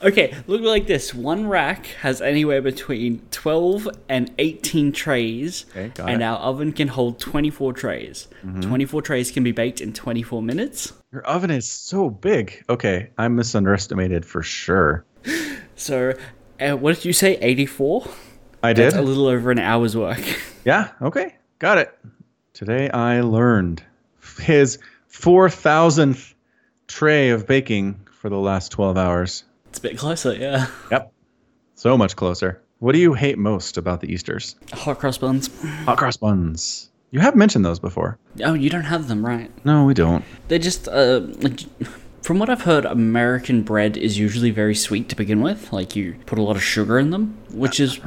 [SPEAKER 2] Okay, look like this. One rack has anywhere between 12 and 18 trays,
[SPEAKER 1] Okay, got
[SPEAKER 2] and
[SPEAKER 1] it.
[SPEAKER 2] our oven can hold 24 trays. 24 trays can be baked in 24 minutes.
[SPEAKER 1] Your oven is so big. Okay, I'm misunderestimated for sure.
[SPEAKER 2] So, uh, what did you say, 84?
[SPEAKER 1] I did.
[SPEAKER 2] That's a little over an hour's work.
[SPEAKER 1] Yeah. Okay. Got it. Today I learned his four thousandth tray of baking for the last twelve hours.
[SPEAKER 2] It's a bit closer, yeah.
[SPEAKER 1] Yep. So much closer. What do you hate most about the Easters?
[SPEAKER 2] Hot cross buns.
[SPEAKER 1] Hot cross buns. You have mentioned those before.
[SPEAKER 2] Oh, you don't have them, right?
[SPEAKER 1] No, we don't.
[SPEAKER 2] They're just, uh, like, from what I've heard, American bread is usually very sweet to begin with. Like, you put a lot of sugar in them, which is.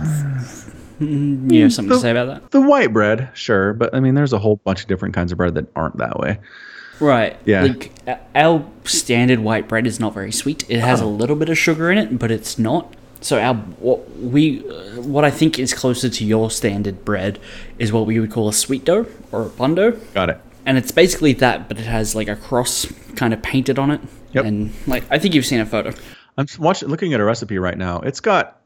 [SPEAKER 2] Mm, you have something to say about that?
[SPEAKER 1] The white bread, sure, but I mean, there's a whole bunch of different kinds of bread that aren't that way.
[SPEAKER 2] Right.
[SPEAKER 1] Yeah.
[SPEAKER 2] Like, uh, our standard white bread is not very sweet. It has a
[SPEAKER 1] Oh.
[SPEAKER 2] little bit of sugar in it, but it's not. So our what we uh, what I think is closer to your standard bread is what we would call a sweet dough or a bun dough.
[SPEAKER 1] Got it.
[SPEAKER 2] and it's basically that, but it has like a cross kind of painted on it.
[SPEAKER 1] Yep.
[SPEAKER 2] And like I think you've seen a photo.
[SPEAKER 1] I'm s- watching, looking at a recipe right now. It's got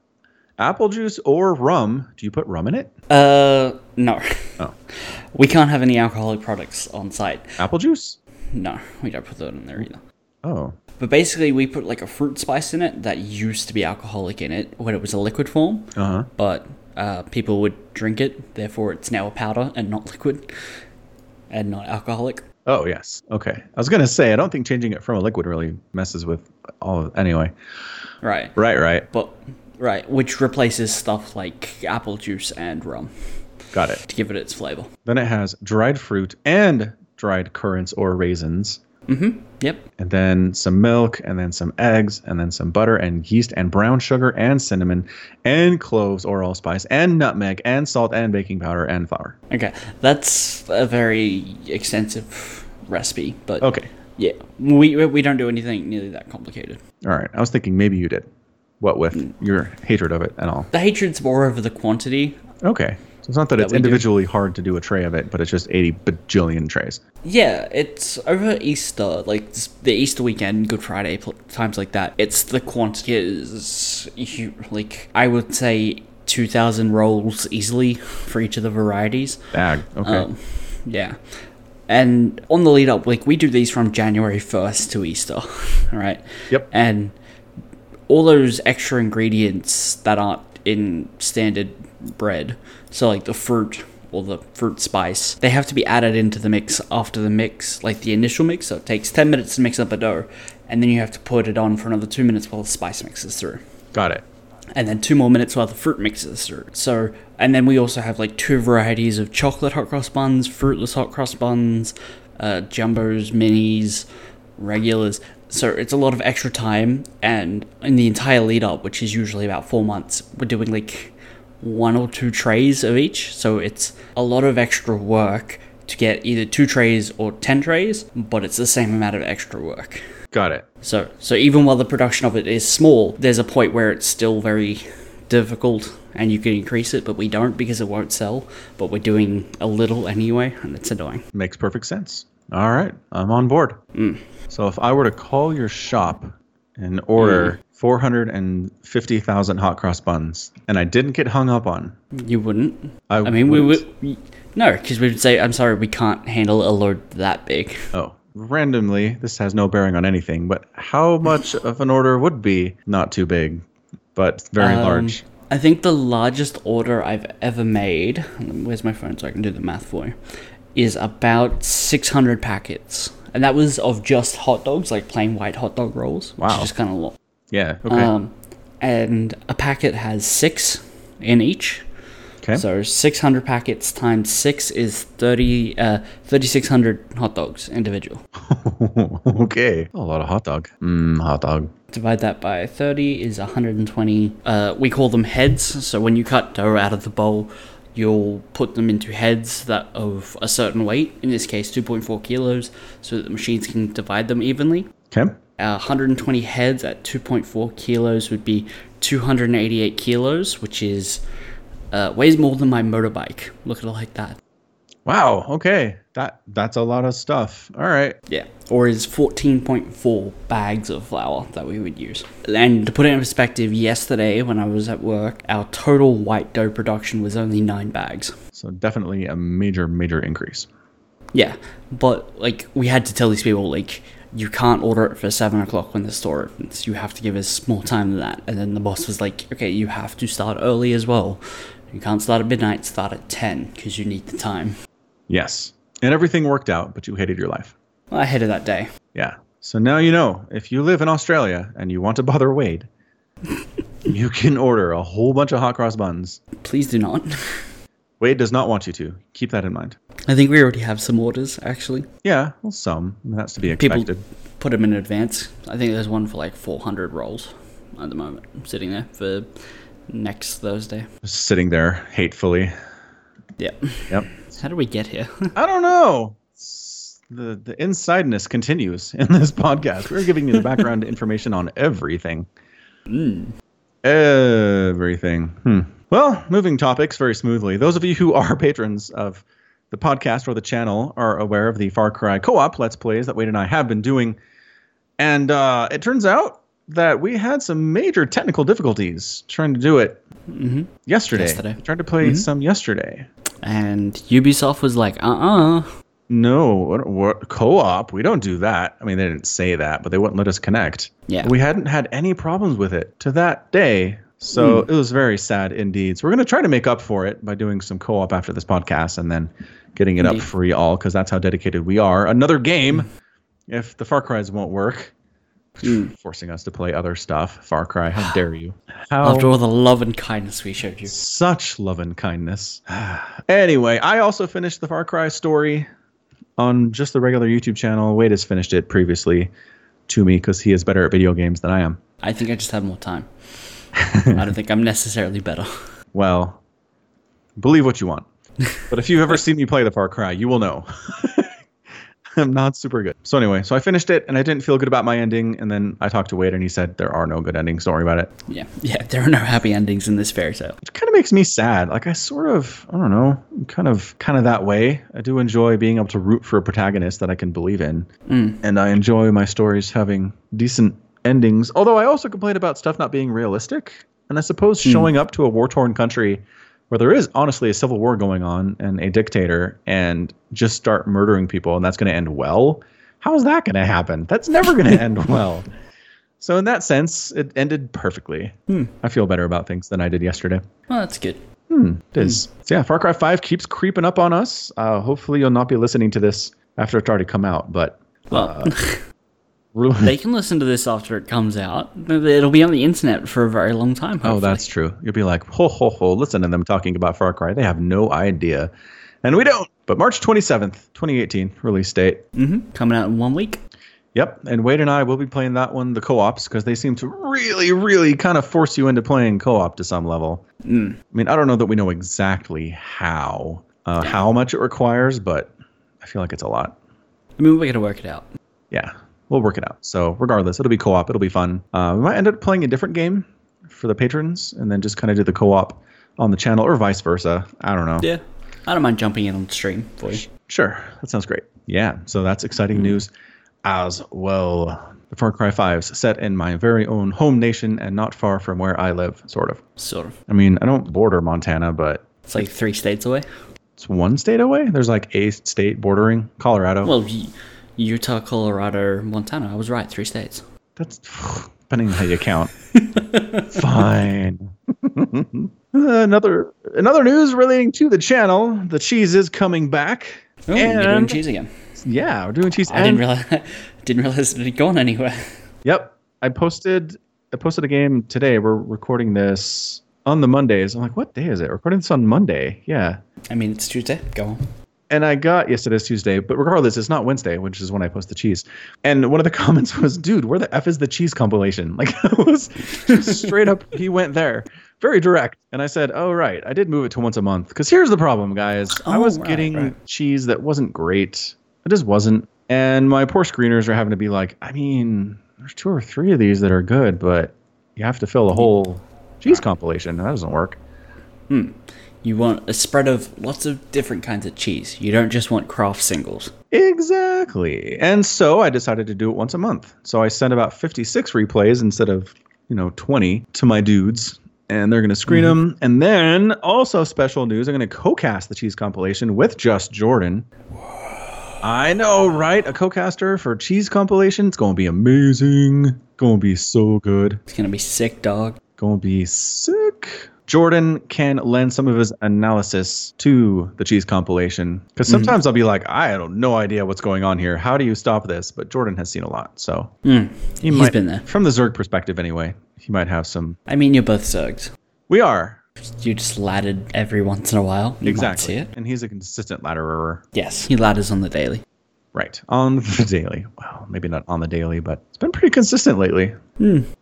[SPEAKER 1] apple juice or rum. Do you put rum in it?
[SPEAKER 2] Uh, no,
[SPEAKER 1] Oh,
[SPEAKER 2] we can't have any alcoholic products on site.
[SPEAKER 1] apple juice.
[SPEAKER 2] No, we don't put that in there either.
[SPEAKER 1] Oh,
[SPEAKER 2] But basically, we put like a fruit spice in it that used to be alcoholic in it when it was a liquid form.
[SPEAKER 1] uh huh.
[SPEAKER 2] But uh, people would drink it. Therefore, it's now a powder and not liquid and not alcoholic.
[SPEAKER 1] Oh yes. Okay. I was gonna say I don't think changing it from a liquid really messes with all. Anyway.
[SPEAKER 2] Right.
[SPEAKER 1] Right. Right.
[SPEAKER 2] But right, which replaces stuff like apple juice and rum
[SPEAKER 1] Got it.
[SPEAKER 2] to give it its flavor.
[SPEAKER 1] Then it has dried fruit and dried currants or raisins,
[SPEAKER 2] Yep.
[SPEAKER 1] and then some milk, and then some eggs, and then some butter and yeast and brown sugar and cinnamon and cloves or allspice and nutmeg and salt and baking powder and flour.
[SPEAKER 2] Okay, that's a very extensive recipe, but
[SPEAKER 1] Okay.
[SPEAKER 2] yeah, we we don't do anything nearly that complicated.
[SPEAKER 1] All right. I was thinking maybe you did. What with your hatred of it and all.
[SPEAKER 2] The hatred's more over the quantity.
[SPEAKER 1] Okay. So it's not that, it's
[SPEAKER 2] we do.
[SPEAKER 1] individually hard to do a tray of it, but it's just 80 bajillion trays.
[SPEAKER 2] Yeah, it's over Easter, like s- the Easter weekend, Good Friday, pl- times like that. It's the quantity is hu like I would say two thousand rolls easily for each of the varieties.
[SPEAKER 1] Bag. Okay.
[SPEAKER 2] Um, yeah. And on the lead up, like we do these from January 1st to Easter, all right?
[SPEAKER 1] Yep.
[SPEAKER 2] And all those extra ingredients that aren't in standard bread, so like the fruit or the fruit spice, they have to be added into the mix after the mix, like the initial mix. So it takes 10 minutes to mix up a dough, and then you have to put it on for another two minutes while the spice mixes through
[SPEAKER 1] Got it.
[SPEAKER 2] and then two more minutes while the fruit mixes through. So, and then we also have like two varieties of chocolate hot cross buns, fruitless hot cross buns, uh, jumbos, minis, regulars. So it's a lot of extra time, and in the entire lead up, which is usually about four months, we're doing like one or two trays of each. So it's a lot of extra work to get either two trays or ten trays, but it's the same amount of extra work.
[SPEAKER 1] Got it.
[SPEAKER 2] So, so even while the production of it is small, there's a point where it's still very difficult, and you can increase it, but we don't because it won't sell. But we're doing a little anyway, and it's annoying.
[SPEAKER 1] Makes perfect sense. All right. I'm on board. So if I were to call your shop and order 450,000 hot cross buns and I didn't get hung up on,
[SPEAKER 2] You wouldn't.
[SPEAKER 1] I,
[SPEAKER 2] I mean, we
[SPEAKER 1] wouldn't-
[SPEAKER 2] would. we- No, because we would say, "I'm sorry, we can't handle a load that big."
[SPEAKER 1] Oh. Randomly, this has no bearing on anything, but how much of an order would be not too big, but very
[SPEAKER 2] Um,
[SPEAKER 1] large?
[SPEAKER 2] I think the largest order I've ever made. Where's my phone so I can do the math for you? Is about 600 packets, and that was of just hot dogs, like plain white hot dog rolls. Which
[SPEAKER 1] Wow.
[SPEAKER 2] is just kind of long.
[SPEAKER 1] Yeah. Okay.
[SPEAKER 2] Um, and a packet has six in each.
[SPEAKER 1] okay.
[SPEAKER 2] So 600 packets times six is 30, uh, 3,600 hot dogs individual.
[SPEAKER 1] okay. A lot of hot dog. Mmm, hot dog.
[SPEAKER 2] Divide that by 30 is 120. Uh, we call them heads. So when you cut dough out of the bowl, you'll put them into heads that of a certain weight, in this case 2.4 kilos, so that the machines can divide them evenly.
[SPEAKER 1] Okay.
[SPEAKER 2] Uh, 120 heads at 2.4 kilos would be 288 kilos, which is uh, weighs more than my motorbike. Look at it like that.
[SPEAKER 1] Wow. Okay. That that's a lot of stuff. All right.
[SPEAKER 2] Yeah. Or is 14.4 bags of flour that we would use. And to put it in perspective, yesterday when I was at work, our total white dough production was only nine bags.
[SPEAKER 1] So definitely a major major increase.
[SPEAKER 2] Yeah, but like we had to tell these people like you can't order it for seven o'clock when the store opens. You have to give us more time than that. And then the boss was like, "Okay, you have to start early as well. You can't start at midnight. Start at ten because you need the time."
[SPEAKER 1] Yes. And everything worked out, but you hated your life.
[SPEAKER 2] Well, I hated that day.
[SPEAKER 1] Yeah. So now you know if you live in Australia and you want to bother Wade, you can order a whole bunch of hot cross buns.
[SPEAKER 2] Please do not.
[SPEAKER 1] Wade does not want you to. Keep that in mind.
[SPEAKER 2] I think we already have some orders actually.
[SPEAKER 1] Yeah, well, some. I mean, That's to be
[SPEAKER 2] People
[SPEAKER 1] expected.
[SPEAKER 2] put them in advance. I think there's one for like 400 rolls at the moment sitting there for next Thursday.
[SPEAKER 1] Just sitting there hatefully.
[SPEAKER 2] Yeah.
[SPEAKER 1] Yep.
[SPEAKER 2] How did we get here?
[SPEAKER 1] I don't know. It's- The the insideness continues in this podcast. We're giving you the background information on everything. Everything. Hmm. Well, moving topics very smoothly. Those of you who are patrons of the podcast or the channel are aware of the Far Cry co-op let's plays that Wade and I have been doing, and uh, it turns out that we had some major technical difficulties trying to do it yesterday.
[SPEAKER 2] Yesterday.
[SPEAKER 1] We tried to play some yesterday.
[SPEAKER 2] and Ubisoft was like, "Uh-uh."
[SPEAKER 1] No, what, what co-op? We don't do that. I mean, they didn't say that, but they wouldn't let us connect.
[SPEAKER 2] Yeah.
[SPEAKER 1] We hadn't had any problems with it to that day So
[SPEAKER 2] Hmm.
[SPEAKER 1] it was very sad indeed. So we're going to try to make up for it by doing some co op after this podcast and then getting it up
[SPEAKER 2] Indeed.
[SPEAKER 1] free all because that's how dedicated we are. Another game,
[SPEAKER 2] Hmm.
[SPEAKER 1] if the Far Cries won't work, forcing us to play other stuff. Far Cry, how dare you? How
[SPEAKER 2] After all the love and kindness we showed you.
[SPEAKER 1] such love and kindness. anyway, I also finished the Far Cry story on just the regular YouTube channel. Wade has finished it previously to me because he is better at video games than I am.
[SPEAKER 2] I think I just have more time. I don't think I'm necessarily better.
[SPEAKER 1] Well, believe what you want. But if you've ever seen me play the Far Cry, you will know. I'm not super good. So anyway, so I finished it and I didn't feel good about my ending. And then I talked to Wade and he said there are no good endings. Don't worry about it.
[SPEAKER 2] Yeah, yeah. There are no happy endings in this fairy tale.
[SPEAKER 1] It kind of makes me sad. Like I sort of, I don't know, I'm kind of, kind of that way. I do enjoy being able to root for a protagonist that I can believe in, and I enjoy my stories having decent endings. Although I also complain about stuff not being realistic, and I suppose showing up to a war-torn country where there is honestly a civil war going on and a dictator, and just start murdering people, and that's going to end well. How is that going to happen? That's never going to end well. So in that sense, it ended perfectly. I feel better about things than I did yesterday.
[SPEAKER 2] Well, that's good.
[SPEAKER 1] It is. So yeah, Far Cry 5 keeps creeping up on us. Uh, hopefully, you'll not be listening to this after it's already come out, but
[SPEAKER 2] Well,
[SPEAKER 1] Uh. really.
[SPEAKER 2] they can listen to this after it comes out. It'll be on the internet for a very long time. Hopefully.
[SPEAKER 1] Oh, that's true. You'll be like, ho, ho, ho, listen to them talking about Far Cry. They have no idea. And we don't. But March 27th, 2018, release date.
[SPEAKER 2] hmm coming out in one week.
[SPEAKER 1] Yep. And Wade and I will be playing that one, the co ops, because they seem to really, really kind of force you into playing co op to some level. I mean, I don't know that we know exactly how, uh, how much it requires, but I feel like it's a lot.
[SPEAKER 2] I mean, we're gonna work it out.
[SPEAKER 1] yeah, we'll work it out. So regardless, it'll be co-op. It'll be fun. Uh, we might end up playing a different game for the patrons, and then just kind of do the co-op on the channel, or vice versa. I don't know.
[SPEAKER 2] Yeah, I don't mind jumping in on stream for you.
[SPEAKER 1] Sure, that sounds great. Yeah, so that's exciting news as well. The Far Cry 5's set in my very own home nation and not far from where I live, sort of.
[SPEAKER 2] Sort of.
[SPEAKER 1] I mean, I don't border Montana, but
[SPEAKER 2] It's like three states away.
[SPEAKER 1] it's one state away. There's like a state bordering Colorado.
[SPEAKER 2] Well, U- Utah, Colorado, Montana. I was right. Three states.
[SPEAKER 1] That's depending on how you count. Fine. another another news relating to the channel. The cheese is coming back.
[SPEAKER 2] Oh, you're doing
[SPEAKER 1] and
[SPEAKER 2] cheese again.
[SPEAKER 1] yeah, we're doing cheese.
[SPEAKER 2] I didn't
[SPEAKER 1] and-
[SPEAKER 2] realize. didn't realize it had gone anywhere.
[SPEAKER 1] Yep. I posted I posted a game today. We're recording this on the Mondays. I'm like, what day is it? Recording this on Monday. Yeah.
[SPEAKER 2] I mean, it's Tuesday. Go on.
[SPEAKER 1] and I got yesterday's Tuesday, but regardless, it's not Wednesday, which is when I post the cheese. And one of the comments was, "Dude, where the f is the cheese compilation?" Like it was straight up. He went there, very direct. And I said, "Oh right, I did move it to once a month." Because here's the problem, guys. I
[SPEAKER 2] Oh,
[SPEAKER 1] was
[SPEAKER 2] right,
[SPEAKER 1] getting
[SPEAKER 2] right.
[SPEAKER 1] cheese that wasn't great. It just wasn't. And my poor screeners are having to be like, I mean, there's two or three of these that are good, but you have to fill a whole cheese compilation. That doesn't work.
[SPEAKER 2] You want a spread of lots of different kinds of cheese. You don't just want craft singles.
[SPEAKER 1] Exactly. And so I decided to do it once a month. So I sent about 56 replays instead of, you know, 20 to my dudes. And they're going to screen them. And then also special news, I'm going to co-cast the cheese compilation with Just Jordan. I know, right? A co-caster for cheese compilation. It's going to be amazing. Going to be so good
[SPEAKER 2] It's gonna be sick, dog.
[SPEAKER 1] gonna be sick. Jordan can lend some of his analysis to the cheese compilation because sometimes I'll be like, I have no idea what's going on here. How do you stop this? But Jordan has seen a lot, so Hmm. he
[SPEAKER 2] He's
[SPEAKER 1] might,
[SPEAKER 2] been there.
[SPEAKER 1] from the Zerg perspective anyway. He might have some.
[SPEAKER 2] I mean, you're both Zergs.
[SPEAKER 1] We are
[SPEAKER 2] You just laddered every once in a while. You
[SPEAKER 1] exactly,
[SPEAKER 2] Might see it.
[SPEAKER 1] and he's a consistent ladderer,
[SPEAKER 2] Yes, he ladders on the daily.
[SPEAKER 1] right? On the daily. Well, maybe not on the daily, but it's been pretty consistent lately.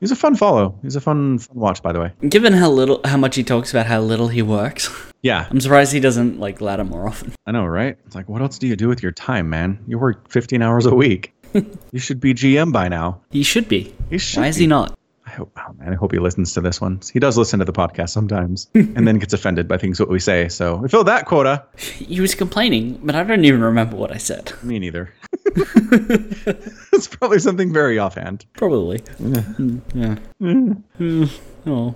[SPEAKER 1] He's a fun follow. He's a fun, fun watch, by the way.
[SPEAKER 2] Given how little, how much he talks about how little he works,
[SPEAKER 1] Yeah,
[SPEAKER 2] I'm surprised he doesn't like ladder more often.
[SPEAKER 1] I know, right? It's like, what else do you do with your time, man? You work 15 hours a week. you should be GM by now.
[SPEAKER 2] He should be.
[SPEAKER 1] He should.
[SPEAKER 2] Why is
[SPEAKER 1] be.
[SPEAKER 2] he not?
[SPEAKER 1] I hope, oh, man, I hope he listens to this one. He does listen to the podcast sometimes, and then gets offended by things what we say. So we filled that quota.
[SPEAKER 2] He was complaining, but I don't even remember what I said.
[SPEAKER 1] Me neither. it's probably something very offhand.
[SPEAKER 2] Probably. Mm, Yeah. Mm, Oh.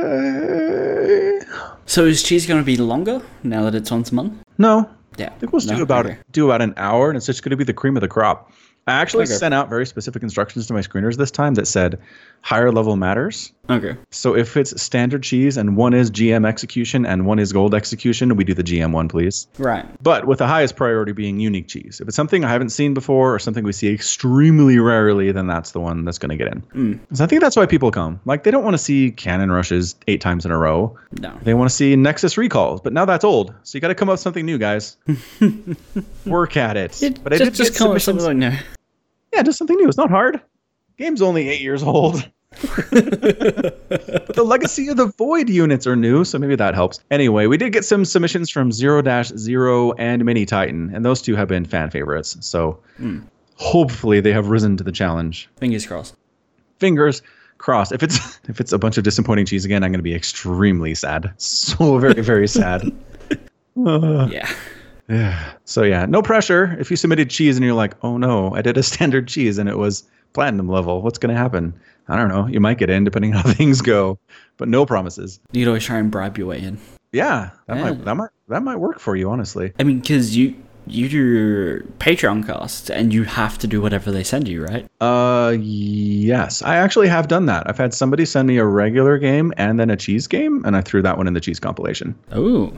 [SPEAKER 1] Anyway,
[SPEAKER 2] So is cheese gonna be longer now that it's once a month?
[SPEAKER 1] no.
[SPEAKER 2] Yeah.
[SPEAKER 1] I think we'll
[SPEAKER 2] No?
[SPEAKER 1] do about
[SPEAKER 2] Okay.
[SPEAKER 1] do about an hour, and it's just going to be the cream of the crop. I actually
[SPEAKER 2] Okay.
[SPEAKER 1] sent out very specific instructions to my screeners this time that said higher level matters.
[SPEAKER 2] Okay.
[SPEAKER 1] So if it's standard cheese and one is GM execution and one is gold execution, we do the GM one, please.
[SPEAKER 2] Right.
[SPEAKER 1] But with the highest priority being unique cheese. If it's something I haven't seen before or something we see extremely rarely, then that's the one that's going to get in. So I think that's why people come. Like they don't want to see cannon rushes eight times in a row.
[SPEAKER 2] No.
[SPEAKER 1] They want to see Nexus recalls, but now that's old. So you got to come up with something new, guys. Work at it. but I
[SPEAKER 2] just,
[SPEAKER 1] did
[SPEAKER 2] just
[SPEAKER 1] get
[SPEAKER 2] come up with
[SPEAKER 1] submissions-
[SPEAKER 2] something like no.
[SPEAKER 1] yeah, just something new. It's not hard. Game's only eight years old. but the legacy of the void units are new, so maybe that helps. Anyway, we did get some submissions from Zero Dash Zero and Mini Titan, and those two have been fan favorites. So hopefully they have risen to the challenge.
[SPEAKER 2] Fingers crossed.
[SPEAKER 1] Fingers crossed. If it's if it's a bunch of disappointing cheese again, I'm going to be extremely sad. So very very sad. Uh,
[SPEAKER 2] Yeah.
[SPEAKER 1] So yeah, no pressure. If you submitted cheese and you're like, oh no, I did a standard cheese and it was platinum level, what's gonna happen? I don't know. You might get in depending on how things go, but no promises.
[SPEAKER 2] You could always try and bribe your way in.
[SPEAKER 1] Yeah, that
[SPEAKER 2] Yeah.
[SPEAKER 1] might that might that might work for you, honestly.
[SPEAKER 2] I mean, because you you do your Patreon casts and you have to do whatever they send you, right?
[SPEAKER 1] Uh, yes, I actually have done that. I've had somebody send me a regular game and then a cheese game, and I threw that one in the cheese compilation.
[SPEAKER 2] Oh,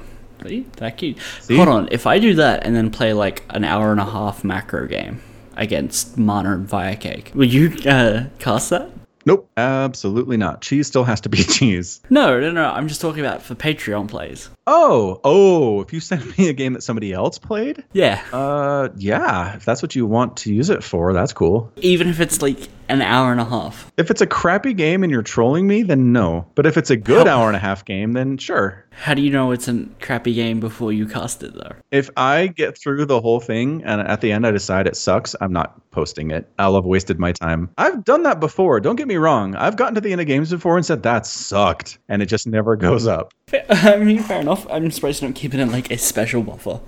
[SPEAKER 2] see, that cute. Hold on, if I do that and then play like an hour and a half macro game against Mana and Viacake, will you uh, cast that?
[SPEAKER 1] Nope, absolutely not. Cheese still has to be cheese.
[SPEAKER 2] No, no, no. I'm just talking about for Patreon plays.
[SPEAKER 1] Oh, oh, if you send me a game that somebody else played,
[SPEAKER 2] Yeah,
[SPEAKER 1] uh, yeah, if that's what you want to use it for, that's cool.
[SPEAKER 2] even if it's like an hour and a half.
[SPEAKER 1] If it's a crappy game and you're trolling me, then no. But if it's a good hour and a half game, then sure.
[SPEAKER 2] How do you know it's a crappy game before you cast it though?
[SPEAKER 1] If I get through the whole thing and at the end I decide it sucks, I'm not posting it. I'll have wasted my time. I've done that before. Don't get me wrong. I've gotten to the end of games before and said that sucked, and it just never goes up.
[SPEAKER 2] I mean, fair enough. I'm surprised you don't keep it in like a special buffer.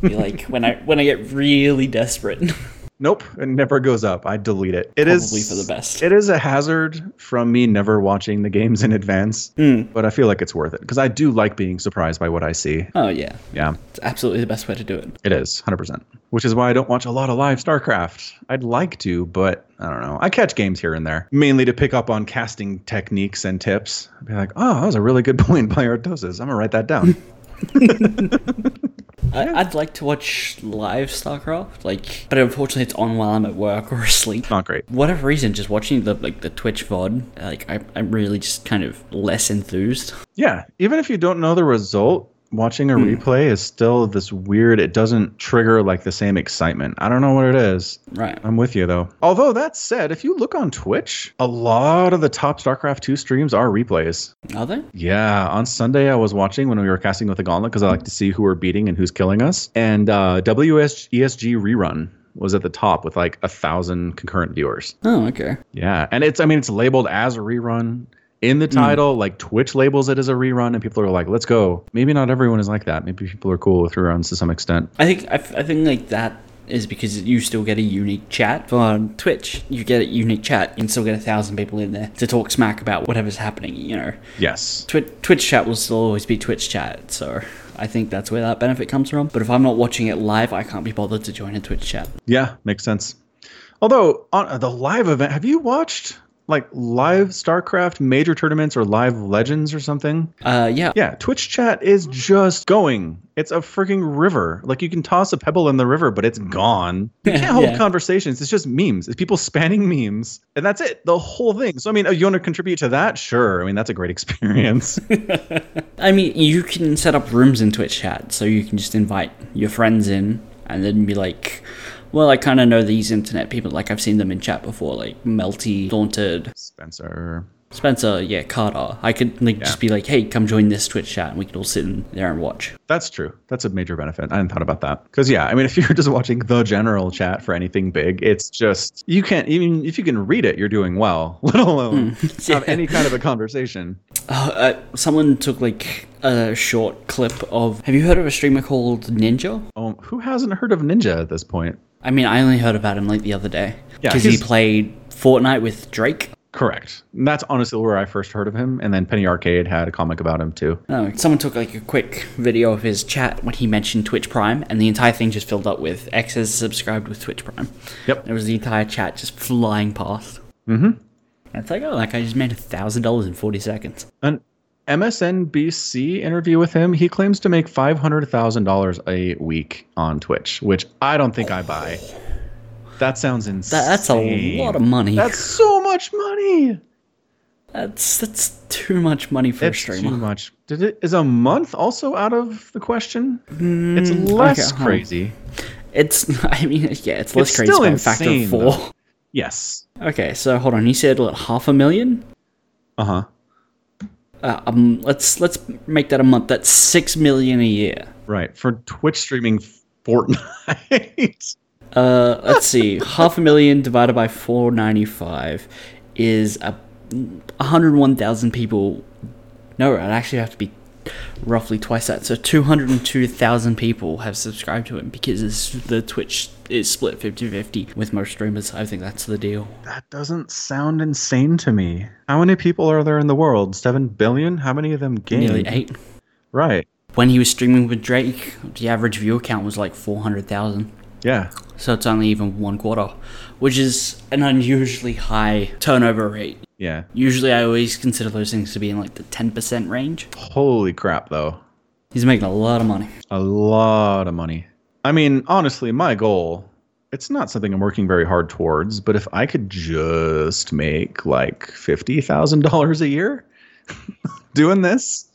[SPEAKER 2] Be like when I when I get really desperate.
[SPEAKER 1] Nope, it never goes up. I delete it. It is
[SPEAKER 2] Probably for the best.
[SPEAKER 1] It is a hazard from me never watching the games in advance,
[SPEAKER 2] Hmm.
[SPEAKER 1] but I feel like it's worth it because I do like being surprised by what I see.
[SPEAKER 2] oh yeah,
[SPEAKER 1] Yeah.
[SPEAKER 2] it's absolutely the best way to do it.
[SPEAKER 1] It is 100%. Which is why I don't watch a lot of live StarCraft. I'd like to, but I don't know. I catch games here and there, mainly to pick up on casting techniques and tips. I'd be like, oh, that was a really good point by Artosis. I'm going to write that down.
[SPEAKER 2] I, I'd like to watch live StarCraft, like, but unfortunately, it's on while I'm at work or asleep.
[SPEAKER 1] Not great.
[SPEAKER 2] Whatever reason, just watching the like the Twitch VOD, like I, I'm really just kind of less enthused.
[SPEAKER 1] Yeah. Even if you don't know the result, watching a replay is still this weird, it doesn't trigger like the same excitement. I don't know what it is.
[SPEAKER 2] Right.
[SPEAKER 1] I'm with you though. Although that said, if you look on Twitch, a lot of the top StarCraft 2 streams are replays.
[SPEAKER 2] Are they?
[SPEAKER 1] Yeah, on Sunday I was watching when we were casting with the gauntlet because I like to see who we're beating and who's killing us. And uh, WSESG rerun was at the top with like a thousand concurrent viewers.
[SPEAKER 2] Oh, okay.
[SPEAKER 1] Yeah, and it's I mean it's labeled as a rerun in the title. Like Twitch labels it as a rerun, and people are like, "Let's go." Maybe not everyone is like that. Maybe people are cool with reruns to some extent.
[SPEAKER 2] I think I, f- I think like that is because you still get a unique chat on Twitch. You get a unique chat, you can still get a thousand people in there to talk smack about whatever's happening. You know,
[SPEAKER 1] Yes.
[SPEAKER 2] Twi- Twitch chat will still always be Twitch chat, so. I think that's where that benefit comes from. But if I'm not watching it live, I can't be bothered to join a Twitch chat.
[SPEAKER 1] Yeah, makes sense. Although on uh, the live event, have you watched like live StarCraft major tournaments or live Legends or something?
[SPEAKER 2] Uh, yeah,
[SPEAKER 1] Yeah, Twitch chat is just going. It's a freaking river. Like you can toss a pebble in the river, but it's gone. You can't hold
[SPEAKER 2] Yeah.
[SPEAKER 1] conversations. It's just memes. It's people spanning memes, and that's it. The whole thing. So I mean, oh, you want to contribute to that? Sure. I mean, that's a great experience.
[SPEAKER 2] I mean, you can set up rooms in Twitch chat, so you can just invite your friends in and then be like, well, I kind of know these internet people. Like, I've seen them in chat before, like Melty, Daunted,
[SPEAKER 1] Spencer.
[SPEAKER 2] Spencer, yeah, Carter. I could like just be like, hey, come join this Twitch chat and we can all sit in there and watch.
[SPEAKER 1] That's true. That's a major benefit. I hadn't thought about that. Because yeah, I mean, if you're just watching the general chat for anything big, it's just you can't even if you can read it, you're doing well. Let alone have any kind of a conversation.
[SPEAKER 2] Uh, uh, someone took like a short clip of. Have you heard of a streamer called Ninja?
[SPEAKER 1] Um, who hasn't heard of Ninja at this point?
[SPEAKER 2] I mean, I only heard about him like the other day
[SPEAKER 1] Yeah,
[SPEAKER 2] because he
[SPEAKER 1] he's-
[SPEAKER 2] played Fortnite with Drake.
[SPEAKER 1] Correct. And that's honestly where I first heard of him, and then Penny Arcade had a comic about him too.
[SPEAKER 2] Oh, someone took like a quick video of his chat when he mentioned Twitch Prime, and the entire thing just filled up with X is subscribed with Twitch Prime.
[SPEAKER 1] Yep.
[SPEAKER 2] There was the entire chat just flying past.
[SPEAKER 1] Mm-hmm.
[SPEAKER 2] And it's like, oh, like I just made a thousand dollars in forty seconds.
[SPEAKER 1] An MSNBC interview with him, he claims to make five hundred thousand dollars a week on Twitch, which I don't think I buy. That sounds insane.
[SPEAKER 2] That, that's a lot of money.
[SPEAKER 1] That's so much money.
[SPEAKER 2] That's that's too much money for
[SPEAKER 1] That's
[SPEAKER 2] a
[SPEAKER 1] too
[SPEAKER 2] streamer.
[SPEAKER 1] much. Did it is a month also out of the question? it's less
[SPEAKER 2] Mm, okay, uh-huh. huh.
[SPEAKER 1] crazy.
[SPEAKER 2] It's I mean, yeah, it's less
[SPEAKER 1] It's
[SPEAKER 2] crazy
[SPEAKER 1] still
[SPEAKER 2] by a factor of
[SPEAKER 1] insane,
[SPEAKER 2] four.
[SPEAKER 1] Yes.
[SPEAKER 2] Okay, so hold on. You said what, half a million?
[SPEAKER 1] Uh huh.
[SPEAKER 2] Uh, um, let's let's make that a month. That's six million a year.
[SPEAKER 1] Right. For Twitch streaming Fortnite.
[SPEAKER 2] Uh, let's see. half a million divided by four ninety five is a hundred one thousand people. No, it actually have to be roughly twice that. So two hundred and two thousand people have subscribed to him because it's, the Twitch is split 50-50 with most streamers. I think that's the deal.
[SPEAKER 1] that doesn't sound insane to me. How many people are there in the world? Seven billion? How many of them game?
[SPEAKER 2] Nearly eight.
[SPEAKER 1] Right.
[SPEAKER 2] When he was streaming with Drake, the average viewer count was like four hundred thousand.
[SPEAKER 1] Yeah.
[SPEAKER 2] So it's only even one quarter, which is an unusually high turnover rate.
[SPEAKER 1] Yeah.
[SPEAKER 2] Usually, I always consider those things to be in like the 10% range.
[SPEAKER 1] Holy crap, though.
[SPEAKER 2] He's making a lot of money.
[SPEAKER 1] A lot of money. I mean, honestly, my goal, it's not something I'm working very hard towards, but if I could just make like $50,000 a year doing this,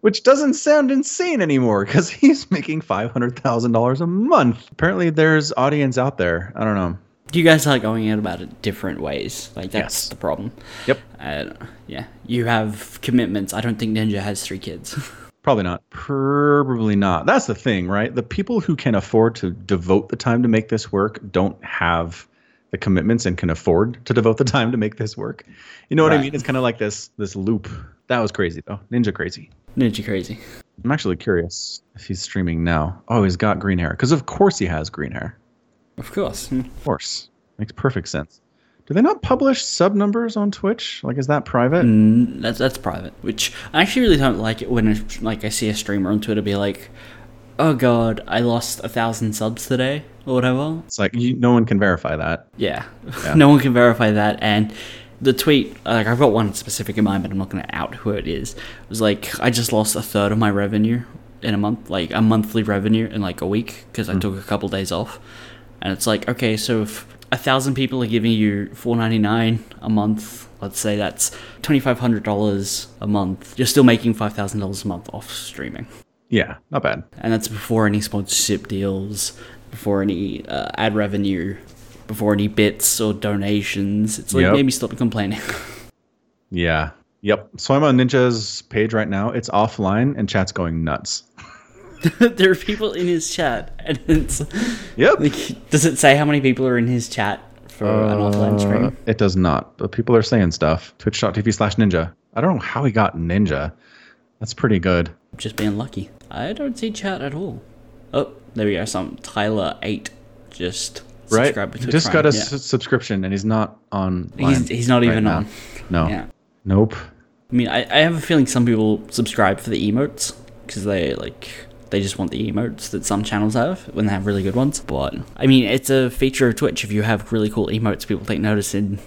[SPEAKER 1] which doesn't sound insane anymore because he's making $500,000 a month. Apparently, there's audience out there. I don't know.
[SPEAKER 2] You guys are going out about it different ways. Like, that's
[SPEAKER 1] Yes.
[SPEAKER 2] the problem.
[SPEAKER 1] Yep.
[SPEAKER 2] Uh, yeah. You have commitments. I don't think Ninja has three kids.
[SPEAKER 1] Probably not. Probably not. That's the thing, right? The people who can afford to devote the time to make this work don't have the commitments and can afford to devote the time to make this work. You know what I
[SPEAKER 2] Right.
[SPEAKER 1] mean? It's kind of like this this loop. That was crazy though. Ninja crazy.
[SPEAKER 2] Ninja crazy.
[SPEAKER 1] I'm actually curious if he's streaming now. Oh, he's got green hair. Because of course he has green hair.
[SPEAKER 2] Of course.
[SPEAKER 1] Of course. Makes perfect sense. Do they not publish sub numbers on Twitch? Like is that private?
[SPEAKER 2] Mm, That's, that's private, which I actually really don't like it when it's, like I see a streamer on Twitter be like, oh god, I lost a thousand subs today or whatever.
[SPEAKER 1] It's like you, no one can verify that.
[SPEAKER 2] Yeah. no one can verify that. And the tweet, like I've got one specific in mind, but I'm not going to out who it is. It was like I just lost a third of my revenue in a month, like a monthly revenue in like a week because I took a couple days off. And it's like okay, so if a thousand people are giving you four ninety nine a month, let's say that's twenty five hundred dollars a month. You're still making five thousand dollars a month off streaming
[SPEAKER 1] Yeah, not bad.
[SPEAKER 2] and that's before any sponsorship deals, before any uh, ad revenue, before any bits or donations. It's like
[SPEAKER 1] Yep.
[SPEAKER 2] made me stop complaining.
[SPEAKER 1] Yeah. Yep. So I'm on Ninja's page right now. It's offline and chat's going nuts.
[SPEAKER 2] there are people in his chat, and it's
[SPEAKER 1] Yep.
[SPEAKER 2] like, does it say how many people are in his chat for an offline
[SPEAKER 1] Uh,
[SPEAKER 2] stream?
[SPEAKER 1] it does not, but people are saying stuff. Twitch.tv slash ninja. I don't know how he got ninja. That's pretty good.
[SPEAKER 2] Just being lucky. I don't see chat at all. Oh, there we go. Some Tyler eight just
[SPEAKER 1] Right?
[SPEAKER 2] subscribed to
[SPEAKER 1] He just got
[SPEAKER 2] Prime.
[SPEAKER 1] a
[SPEAKER 2] Yeah.
[SPEAKER 1] s- subscription and he's not on.
[SPEAKER 2] He's- he's not even on.
[SPEAKER 1] No.
[SPEAKER 2] yeah.
[SPEAKER 1] Nope.
[SPEAKER 2] I mean, I, I have a feeling some people subscribe for the emotes because they like they just want the emotes that some channels have when they have really good ones. But I mean, it's a feature of Twitch. If you have really cool emotes, people take notice in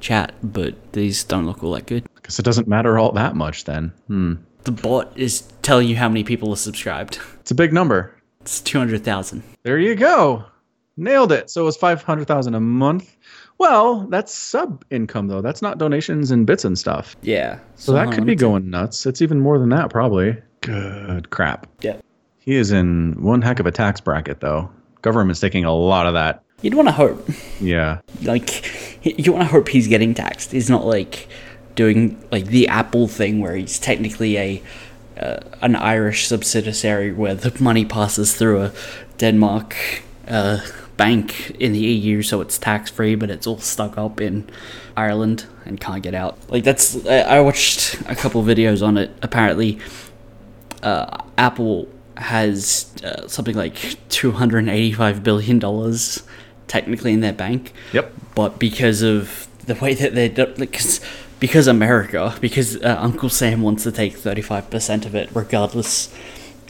[SPEAKER 2] chat, but these don't look all that good.
[SPEAKER 1] Because it doesn't matter all that much then. Hmm.
[SPEAKER 2] The bot is telling you how many people are subscribed.
[SPEAKER 1] It's a big number.
[SPEAKER 2] It's two hundred thousand.
[SPEAKER 1] There you go. Nailed it. So it was 500,000 a month. Well, that's sub income though. That's not donations and bits and stuff.
[SPEAKER 2] Yeah,
[SPEAKER 1] So that could be going nuts. It's even more than that, probably. Good crap.
[SPEAKER 2] Yeah,
[SPEAKER 1] He is in one heck of a tax bracket, though. Government's taking a lot of that.
[SPEAKER 2] you'd want to hope.
[SPEAKER 1] Yeah.
[SPEAKER 2] like you want to hope he's getting taxed. He's not like doing like the Apple thing where he's technically a uh, an Irish subsidiary where the money passes through a Denmark uh, bank in the EU, so it's tax free, but it's all stuck up in Ireland and can't get out. Like that's I, I watched a couple videos on it. Apparently, uh, Apple has uh, something like two hundred eighty five billion dollars technically in their bank
[SPEAKER 1] Yep.
[SPEAKER 2] but because of the way that they do, like, cause, because America, because uh, Uncle Sam wants to take thirty five percent of it, regardless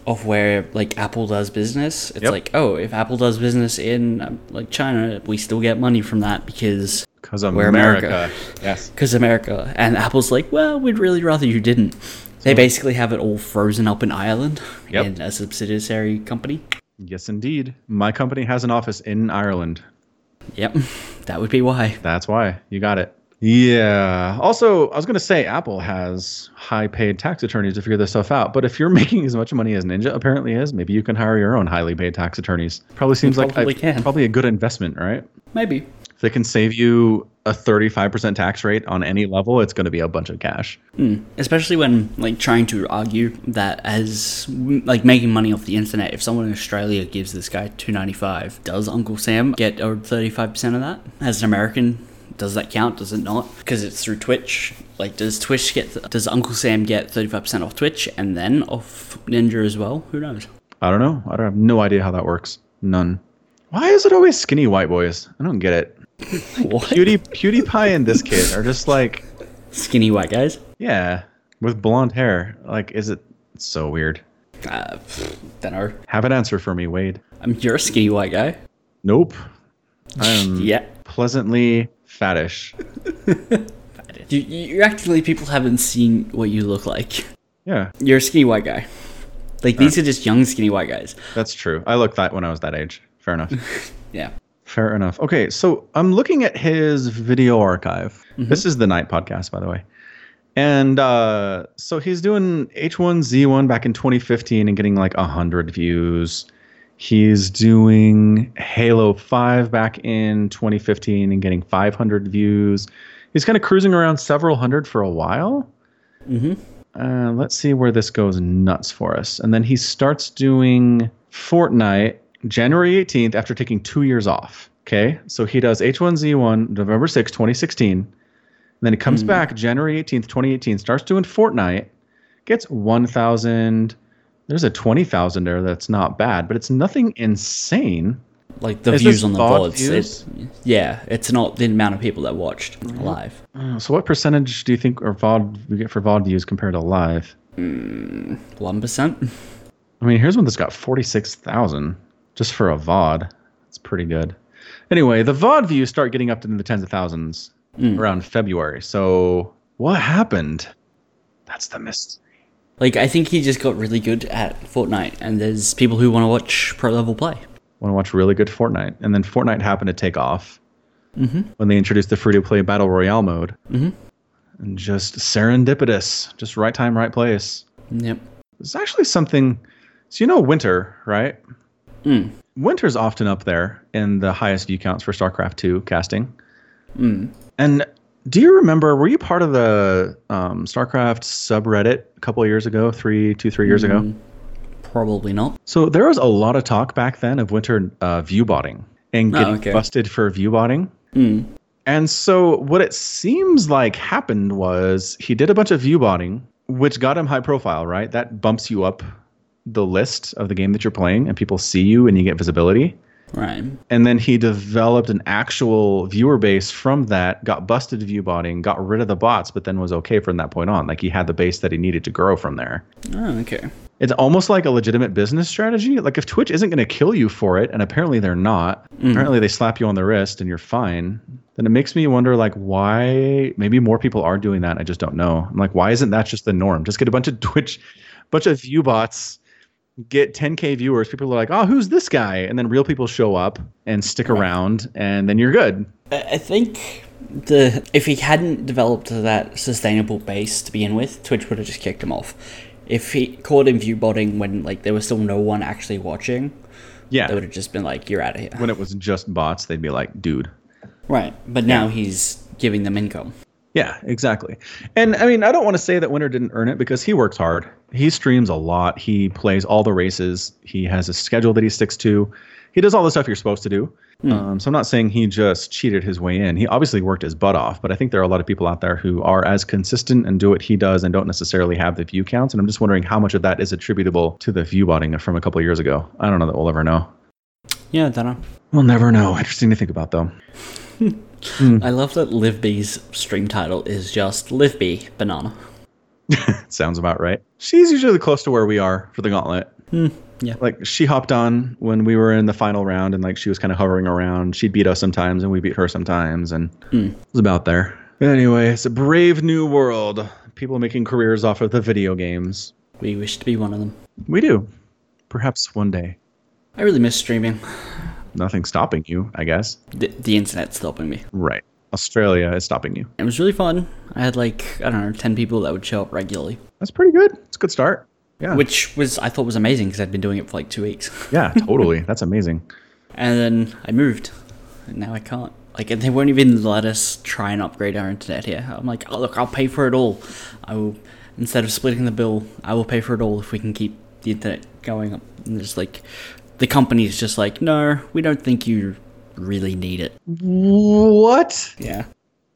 [SPEAKER 2] of where like Apple does business. It's
[SPEAKER 1] Yep.
[SPEAKER 2] like, oh, if Apple does business in um, like China, we still get money from that because
[SPEAKER 1] Because
[SPEAKER 2] We're America.
[SPEAKER 1] America. Yes.
[SPEAKER 2] because America. And Apple's like, well, we'd really rather you didn't. They basically have it all frozen up in Ireland
[SPEAKER 1] Yep.
[SPEAKER 2] in a subsidiary company.
[SPEAKER 1] Yes, indeed. My company has an office in Ireland.
[SPEAKER 2] Yep, that would be why.
[SPEAKER 1] That's why you got it. Yeah. Also, I was going to say Apple has high paid tax attorneys to figure this stuff out. But if you're making as much money as Ninja apparently is, maybe you can hire your own highly paid tax attorneys. Probably seems like
[SPEAKER 2] probably
[SPEAKER 1] a,
[SPEAKER 2] can.
[SPEAKER 1] probably a good investment, right?
[SPEAKER 2] Maybe.
[SPEAKER 1] If they can save you a 35% tax rate on any level, it's going to be a bunch of cash.
[SPEAKER 2] especially when like trying to argue that as like making money off the internet if someone in australia gives this guy 295 does uncle sam get over 35% of that as an american does that count does it not because it's through twitch like does twitch get does uncle sam get 35% off twitch and then off ninja as well who knows
[SPEAKER 1] I don't know. I don't have no idea how that works. None. Why is it always skinny white boys? I don't get it.
[SPEAKER 2] what
[SPEAKER 1] Pewdie, PewDiePie and this kid are just like,
[SPEAKER 2] skinny white guys
[SPEAKER 1] yeah, with blonde hair. Like, is it it's so weird?
[SPEAKER 2] uh, pfft, dunno
[SPEAKER 1] Have an answer for me, Wade.
[SPEAKER 2] i'm you're a skinny white guy
[SPEAKER 1] Nope. I'm
[SPEAKER 2] yeah
[SPEAKER 1] pleasantly fattish.
[SPEAKER 2] you, you're acting like people haven't seen what you look like
[SPEAKER 1] Yeah,
[SPEAKER 2] You're a skinny white guy. Like these are just young skinny white guys.
[SPEAKER 1] that's true. I looked that when I was that age. Fair enough.
[SPEAKER 2] Yeah.
[SPEAKER 1] Fair enough. Okay, so I'm looking at his video archive. This is the Night podcast, by the way. And uh, so he's doing H1Z1 back in 2015 and getting like 100 views. He's doing Halo 5 back in 2015 and getting 500 views. He's kind of cruising around several hundred for a while. Uh, let's see where this goes nuts for us. And then he starts doing Fortnite January 18th after taking two years off. Okay. So he does H1Z1 November 6, 2016. And then he
[SPEAKER 2] Hmm.
[SPEAKER 1] comes back January 18th, 2018, starts doing Fortnite, gets 1,000. There's a 20,000 there that's not bad, but it's nothing insane.
[SPEAKER 2] Like the
[SPEAKER 1] Is this
[SPEAKER 2] views on the
[SPEAKER 1] VOD
[SPEAKER 2] VODs.
[SPEAKER 1] views?
[SPEAKER 2] it- yeah, it's not the amount of people that watched live.
[SPEAKER 1] Uh, So what percentage do you think or VOD we get for VOD views compared to live?
[SPEAKER 2] One percent.
[SPEAKER 1] I mean, here's one that's got 46,000 just for a VOD. It's pretty good. Anyway, the VOD views start getting up into the tens of thousands around February. So, what happened? That's the mystery.
[SPEAKER 2] Like I think he just got really good at Fortnite, and there's people who want to watch pro level play.
[SPEAKER 1] Want to watch really good Fortnite. And then Fortnite happened to take off when they introduced the free to play Battle Royale mode. Mm-hmm. And just serendipitous, just right time, right place.
[SPEAKER 2] Yep.
[SPEAKER 1] It's actually something. So you know winter, right? Winter's often up there in the highest view counts for StarCraft two casting. And do you remember? Were you part of the um, StarCraft subreddit a couple of years ago, three, two, three years ago?
[SPEAKER 2] Probably not.
[SPEAKER 1] So there was a lot of talk back then of winter uh, view botting and
[SPEAKER 2] Oh,
[SPEAKER 1] getting
[SPEAKER 2] okay. Hmm.
[SPEAKER 1] busted for view botting. And so what it seems like happened was he did a bunch of view botting, which got him high profile, right? That bumps you up the list of the game that you're playing, and people see you and you get visibility.
[SPEAKER 2] Right.
[SPEAKER 1] And then he developed an actual viewer base from that, got busted view botting, got rid of the bots, but then was okay from that point on. Like he had the base that he needed to grow from there
[SPEAKER 2] Oh, okay.
[SPEAKER 1] it's almost like a legitimate business strategy. Like if Twitch isn't going to kill you for it, and apparently they're not. Apparently they slap you on the wrist and you're fine. Then it makes me wonder, like, why? Maybe more people are doing that. I just don't know. I'm like, why isn't that just the norm? Just get a bunch of Twitch, bunch of view bots, get 10k viewers. People are like, oh, who's this guy? And then real people show up and stick around, and then you're good.
[SPEAKER 2] I I think the if he hadn't developed that sustainable base to begin with, Twitch would have just kicked him off. If he caught him view botting when like there was still no one actually watching,
[SPEAKER 1] Yeah.
[SPEAKER 2] they would have just been like, "You're out of here."
[SPEAKER 1] When it was just bots, they'd be like, dude,
[SPEAKER 2] Right, but now he's giving them income.
[SPEAKER 1] Yeah, exactly. And I mean, I don't want to say that Winter didn't earn it because he works hard. He streams a lot. He plays all the races. He has a schedule that he sticks to. He does all the stuff you're supposed to do. Um, so I'm not saying he just cheated his way in. He obviously worked his butt off, but I think there are a lot of people out there who are as consistent and do what he does and don't necessarily have the view counts. And I'm just wondering how much of that is attributable to the view botting from a couple years ago. I don't know that we'll ever know.
[SPEAKER 2] Yeah, I don't know.
[SPEAKER 1] We'll never know. Interesting to think about, though.
[SPEAKER 2] Hmm. I love that LivBee's stream title is just LivBee Banana.
[SPEAKER 1] Sounds about right. She's usually close to where we are for the gauntlet.
[SPEAKER 2] yeah.
[SPEAKER 1] Like she hopped on when we were in the final round and like she was kind of hovering around. She'd beat us sometimes and we beat her sometimes and it was about there. Anyway, it's a brave new world. People making careers off of the video games.
[SPEAKER 2] We wish to be one of them.
[SPEAKER 1] We do. Perhaps one day.
[SPEAKER 2] I really miss streaming.
[SPEAKER 1] Nothing stopping you, I guess.
[SPEAKER 2] The, the internet's stopping me.
[SPEAKER 1] Right. Australia is stopping you.
[SPEAKER 2] It was really fun. I had like, I don't know, 10 people that would show up regularly,
[SPEAKER 1] That's pretty good. It's a good start. Yeah.
[SPEAKER 2] which was, I thought was amazing because I'd been doing it for like two weeks.
[SPEAKER 1] yeah, totally. That's amazing.
[SPEAKER 2] And then I moved. And now I can't. Like, and they won't even let us try and upgrade our internet here. I'm like, oh, look, I'll pay for it all. I will, instead of splitting the bill, I will pay for it all if we can keep the internet going up. And just like, the company's just like, no, we don't think you really need it.
[SPEAKER 1] What?
[SPEAKER 2] Yeah.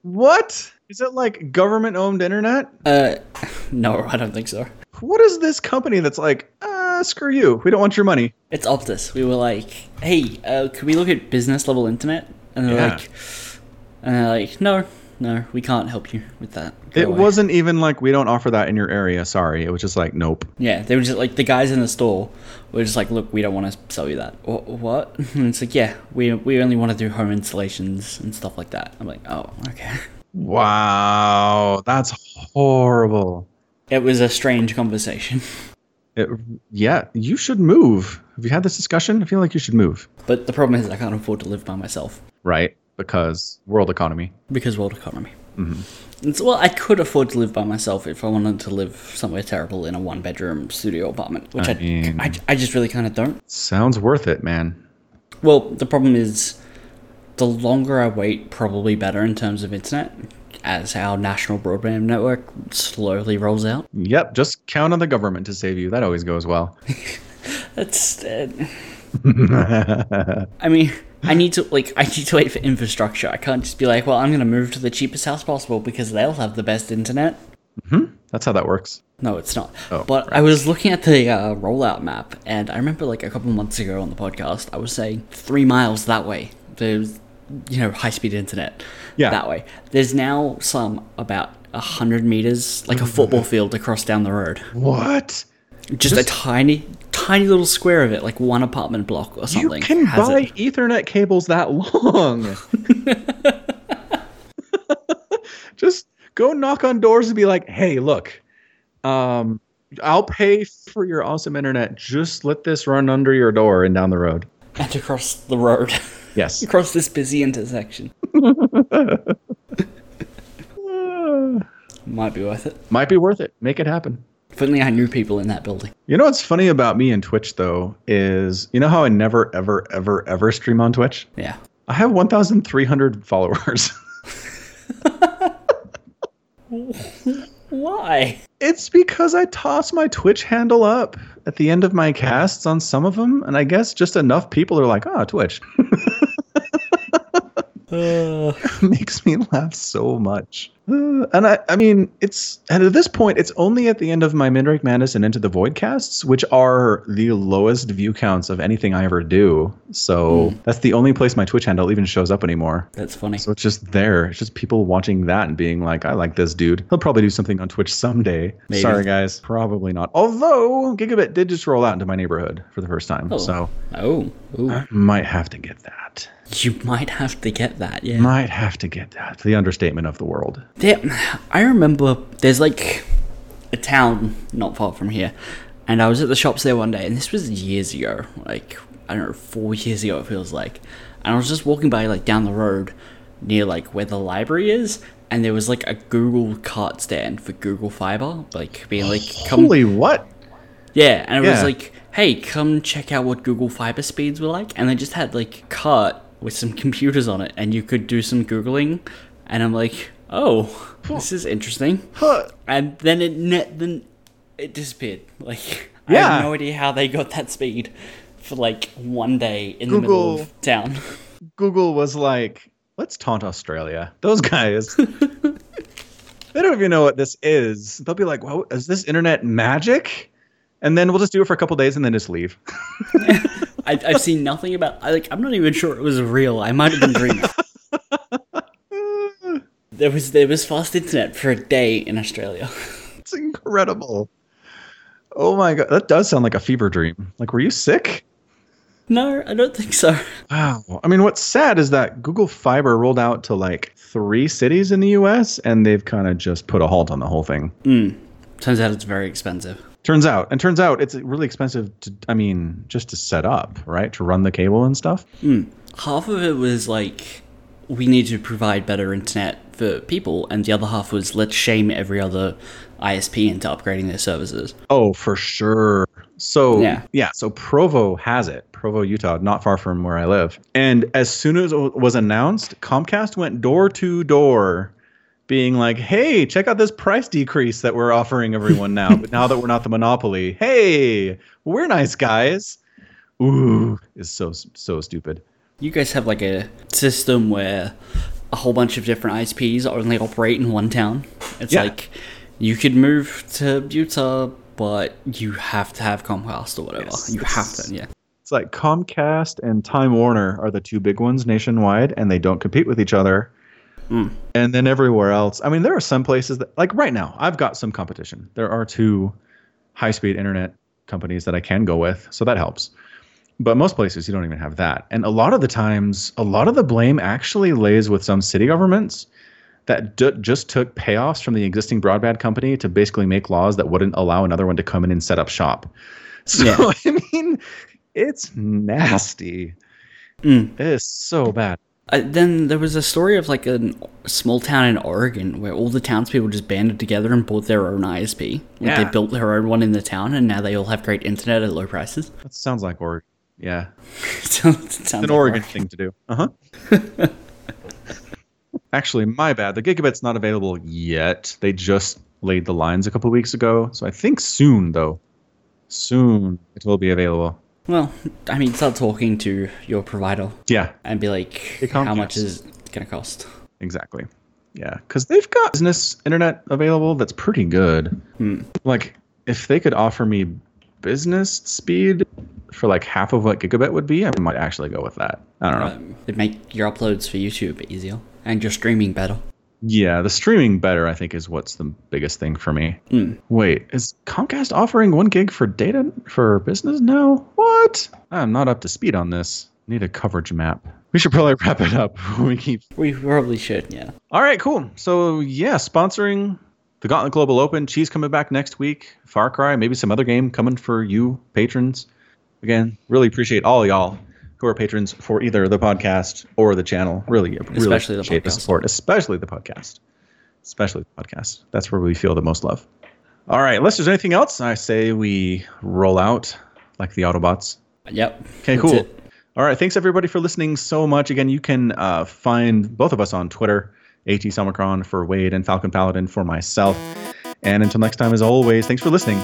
[SPEAKER 1] What? Is it like government owned internet?
[SPEAKER 2] Uh, no, I don't think so.
[SPEAKER 1] What is this company that's like, uh, screw you. We don't want your money.
[SPEAKER 2] It's Optus. We were like, hey, uh, could we look at business level internet? And they're
[SPEAKER 1] Yeah.
[SPEAKER 2] like, and they're like, no, no, we can't help you with that. Go
[SPEAKER 1] It
[SPEAKER 2] away."
[SPEAKER 1] wasn't even like, we don't offer that in your area. Sorry. It was just like, nope.
[SPEAKER 2] Yeah, they were just like the guys in the store were just like, "Look, we don't want to sell you that." Wha- What? And it's like, yeah, we we only want to do home installations and stuff like that. I'm like, oh, okay.
[SPEAKER 1] Wow. That's horrible.
[SPEAKER 2] It was a strange conversation,
[SPEAKER 1] It, yeah, you should move. Have you had this discussion? I feel like you should move.
[SPEAKER 2] but the problem is I can't afford to live by myself
[SPEAKER 1] Right. Because world economy.
[SPEAKER 2] because world economy. Mm-hmm. It's, well, I could afford to live by myself if I wanted to live somewhere terrible in a one bedroom studio apartment, which I
[SPEAKER 1] I mean-
[SPEAKER 2] I, I just really kind of don't.
[SPEAKER 1] Sounds worth it, man.
[SPEAKER 2] Well, the problem is the longer I wait, probably better in terms of internet, as our national broadband network slowly rolls out.
[SPEAKER 1] Yep. Just count on the government to save you. That always goes well.
[SPEAKER 2] That's. Uh, I mean, I need to like I need to wait for infrastructure. I can't just be like, well, I'm going to move to the cheapest house possible because they'll have the best internet.
[SPEAKER 1] That's how that works.
[SPEAKER 2] No, it's not.
[SPEAKER 1] Oh,
[SPEAKER 2] but I was looking at the uh, rollout map, and I remember like a couple months ago on the podcast, I was saying three miles that way. There's, you know, high speed internet.
[SPEAKER 1] Yeah.
[SPEAKER 2] That way. There's now some about a hundred meters, like a
[SPEAKER 1] Mm-hmm.
[SPEAKER 2] football field across down the road.
[SPEAKER 1] What?
[SPEAKER 2] Just, a tiny, tiny little square of it, like one apartment block or
[SPEAKER 1] You
[SPEAKER 2] something.
[SPEAKER 1] can
[SPEAKER 2] has
[SPEAKER 1] buy
[SPEAKER 2] it.
[SPEAKER 1] Ethernet cables that long. Just go knock on doors and be like, "Hey, look, um, I'll pay for your awesome internet. Just let this run under your door and down the road."
[SPEAKER 2] and across the road,
[SPEAKER 1] Yes.
[SPEAKER 2] across this busy intersection. Might be worth it.
[SPEAKER 1] Might be worth it. Make it happen.
[SPEAKER 2] If only I knew people in that building.
[SPEAKER 1] You know what's funny about me and Twitch though is you know how I never ever ever ever stream on Twitch?
[SPEAKER 2] Yeah.
[SPEAKER 1] I have 1,300 followers.
[SPEAKER 2] Why?
[SPEAKER 1] It's because I toss my Twitch handle up at the end of my casts on some of them, and I guess just enough people are like, "Ah, Twitch."
[SPEAKER 2] Uh,
[SPEAKER 1] Makes me laugh so much. Uh, and I, I mean, it's and at this point, it's only at the end of my Mindrake Madness and Into the Void casts, which are the lowest view counts of anything I ever do. So that's the only place my Twitch handle even shows up anymore.
[SPEAKER 2] that's funny.
[SPEAKER 1] So it's just there. It's just people watching that and being like, I like this dude. He'll probably do something on Twitch someday.
[SPEAKER 2] Maybe.
[SPEAKER 1] Sorry, guys. Probably not. Although Gigabit did just roll out into my neighborhood for the first time.
[SPEAKER 2] Oh.
[SPEAKER 1] So
[SPEAKER 2] Oh, ooh.
[SPEAKER 1] might have to get that.
[SPEAKER 2] you might have to get that. Yeah.
[SPEAKER 1] Might have to get that. The understatement of the world.
[SPEAKER 2] There, I remember there's like a town not far from here, and I was at the shops there one day, and this was years ago, like I don't know, four years ago it feels like, and I was just walking by like down the road near like where the library is, and there was like a Google cart stand for Google Fiber, like being like, come,
[SPEAKER 1] Holy what?
[SPEAKER 2] yeah, and it was
[SPEAKER 1] Yeah.
[SPEAKER 2] like, hey, come check out what Google Fiber speeds were like, and they just had like a cart with some computers on it, and you could do some googling, and I'm like, oh, this is interesting,
[SPEAKER 1] Huh.
[SPEAKER 2] and then it ne- then it disappeared. Like I
[SPEAKER 1] Yeah.
[SPEAKER 2] have no idea how they got that speed for like one day in the middle
[SPEAKER 1] Google.
[SPEAKER 2] of town.
[SPEAKER 1] Google was like, let's taunt Australia. Those guys. they don't even know what this is. They'll be like, well, is this internet magic? And then we'll just do it for a couple days and then just leave.
[SPEAKER 2] I, I've seen nothing about. I, like I'm not even sure it was real. I might have been dreaming. There was there was fast internet for a day in Australia.
[SPEAKER 1] It's incredible. Oh my god, that does sound like a fever dream. Like, were you sick?
[SPEAKER 2] No, I don't think so.
[SPEAKER 1] Wow. I mean, what's sad is that Google Fiber rolled out to like three cities in the U.S. and they've kind of just put a halt on the whole thing.
[SPEAKER 2] Turns out it's very expensive.
[SPEAKER 1] Turns out, and turns out it's really expensive to. I mean, just to set up, right, to run the cable and stuff.
[SPEAKER 2] Half of it was like we need to provide better internet for people, and the other half was let's shame every other ISP into upgrading their services.
[SPEAKER 1] Oh, for sure. So
[SPEAKER 2] Yeah.
[SPEAKER 1] yeah. so Provo has it. Provo, Utah, not far from where I live. And as soon as it was announced, Comcast went door to door being like, "Hey, check out this price decrease that we're offering everyone now. But now that we're not the monopoly, hey, we're nice guys." Ooh, is so so stupid.
[SPEAKER 2] You guys have like a system where a whole bunch of different ISPs only operate in one town. It's
[SPEAKER 1] Yeah.
[SPEAKER 2] like you could move to Utah, but you have to have Comcast or whatever.
[SPEAKER 1] Yes,
[SPEAKER 2] you have
[SPEAKER 1] it's-
[SPEAKER 2] to, yeah.
[SPEAKER 1] It's like Comcast and Time Warner are the two big ones nationwide, and they don't compete with each other. And then everywhere else, I mean, there are some places that, like right now, I've got some competition. There are two high speed internet companies that I can go with, so that helps. But most places, you don't even have that. And a lot of the times, a lot of the blame actually lays with some city governments that d- just took payoffs from the existing broadband company to basically make laws that wouldn't allow another one to come in and set up shop. So,
[SPEAKER 2] Yeah.
[SPEAKER 1] I mean, it's nasty.
[SPEAKER 2] Mm.
[SPEAKER 1] It's so bad.
[SPEAKER 2] Uh, then there was a story of like a small town in Oregon where all the townspeople just banded together and bought their own ISP. Like
[SPEAKER 1] Yeah.
[SPEAKER 2] they built their own one in the town, and now they all have great internet at low prices.
[SPEAKER 1] That sounds like Oregon. Yeah.
[SPEAKER 2] Sounds
[SPEAKER 1] It's an
[SPEAKER 2] like
[SPEAKER 1] Oregon thing to do. Uh huh. Actually, my bad. The gigabit's not available yet. They just laid the lines a couple weeks ago. So I think soon, though. Soon it will be available.
[SPEAKER 2] Well, I mean, start talking to your provider
[SPEAKER 1] Yeah,
[SPEAKER 2] and be like,
[SPEAKER 1] It
[SPEAKER 2] how
[SPEAKER 1] Comcast.
[SPEAKER 2] much is it gonna cost?
[SPEAKER 1] exactly. Yeah, because they've got business internet available that's pretty good. Like, if they could offer me business speed for like half of what gigabit would be, I might actually go with that. I don't know.
[SPEAKER 2] Um, it'd make your uploads for YouTube easier and your streaming better.
[SPEAKER 1] Yeah, the streaming better, I think, is what's the biggest thing for me. Wait, is Comcast offering one gig for data for business now? What? I'm not up to speed on this. Need a coverage map. We should probably wrap it up. we keep.
[SPEAKER 2] We probably should, yeah.
[SPEAKER 1] All right, cool. So yeah, sponsoring the Gauntlet Global Open. Cheese coming back next week. Far Cry, maybe some other game coming for you patrons. Again, really appreciate all y'all who are patrons for either the podcast or the channel. Really, really
[SPEAKER 2] Especially the
[SPEAKER 1] appreciate the
[SPEAKER 2] podcast.
[SPEAKER 1] support, especially the podcast, especially the podcast. That's where we feel the most love. All right, unless there's anything else, I say we roll out like the Autobots.
[SPEAKER 2] Yep.
[SPEAKER 1] Okay,
[SPEAKER 2] that's
[SPEAKER 1] cool.
[SPEAKER 2] it.
[SPEAKER 1] All right, thanks everybody for listening so much. Again, you can uh, find both of us on Twitter, AT Omicron for Wade and Falcon Paladin for myself. And until next time, as always, thanks for listening.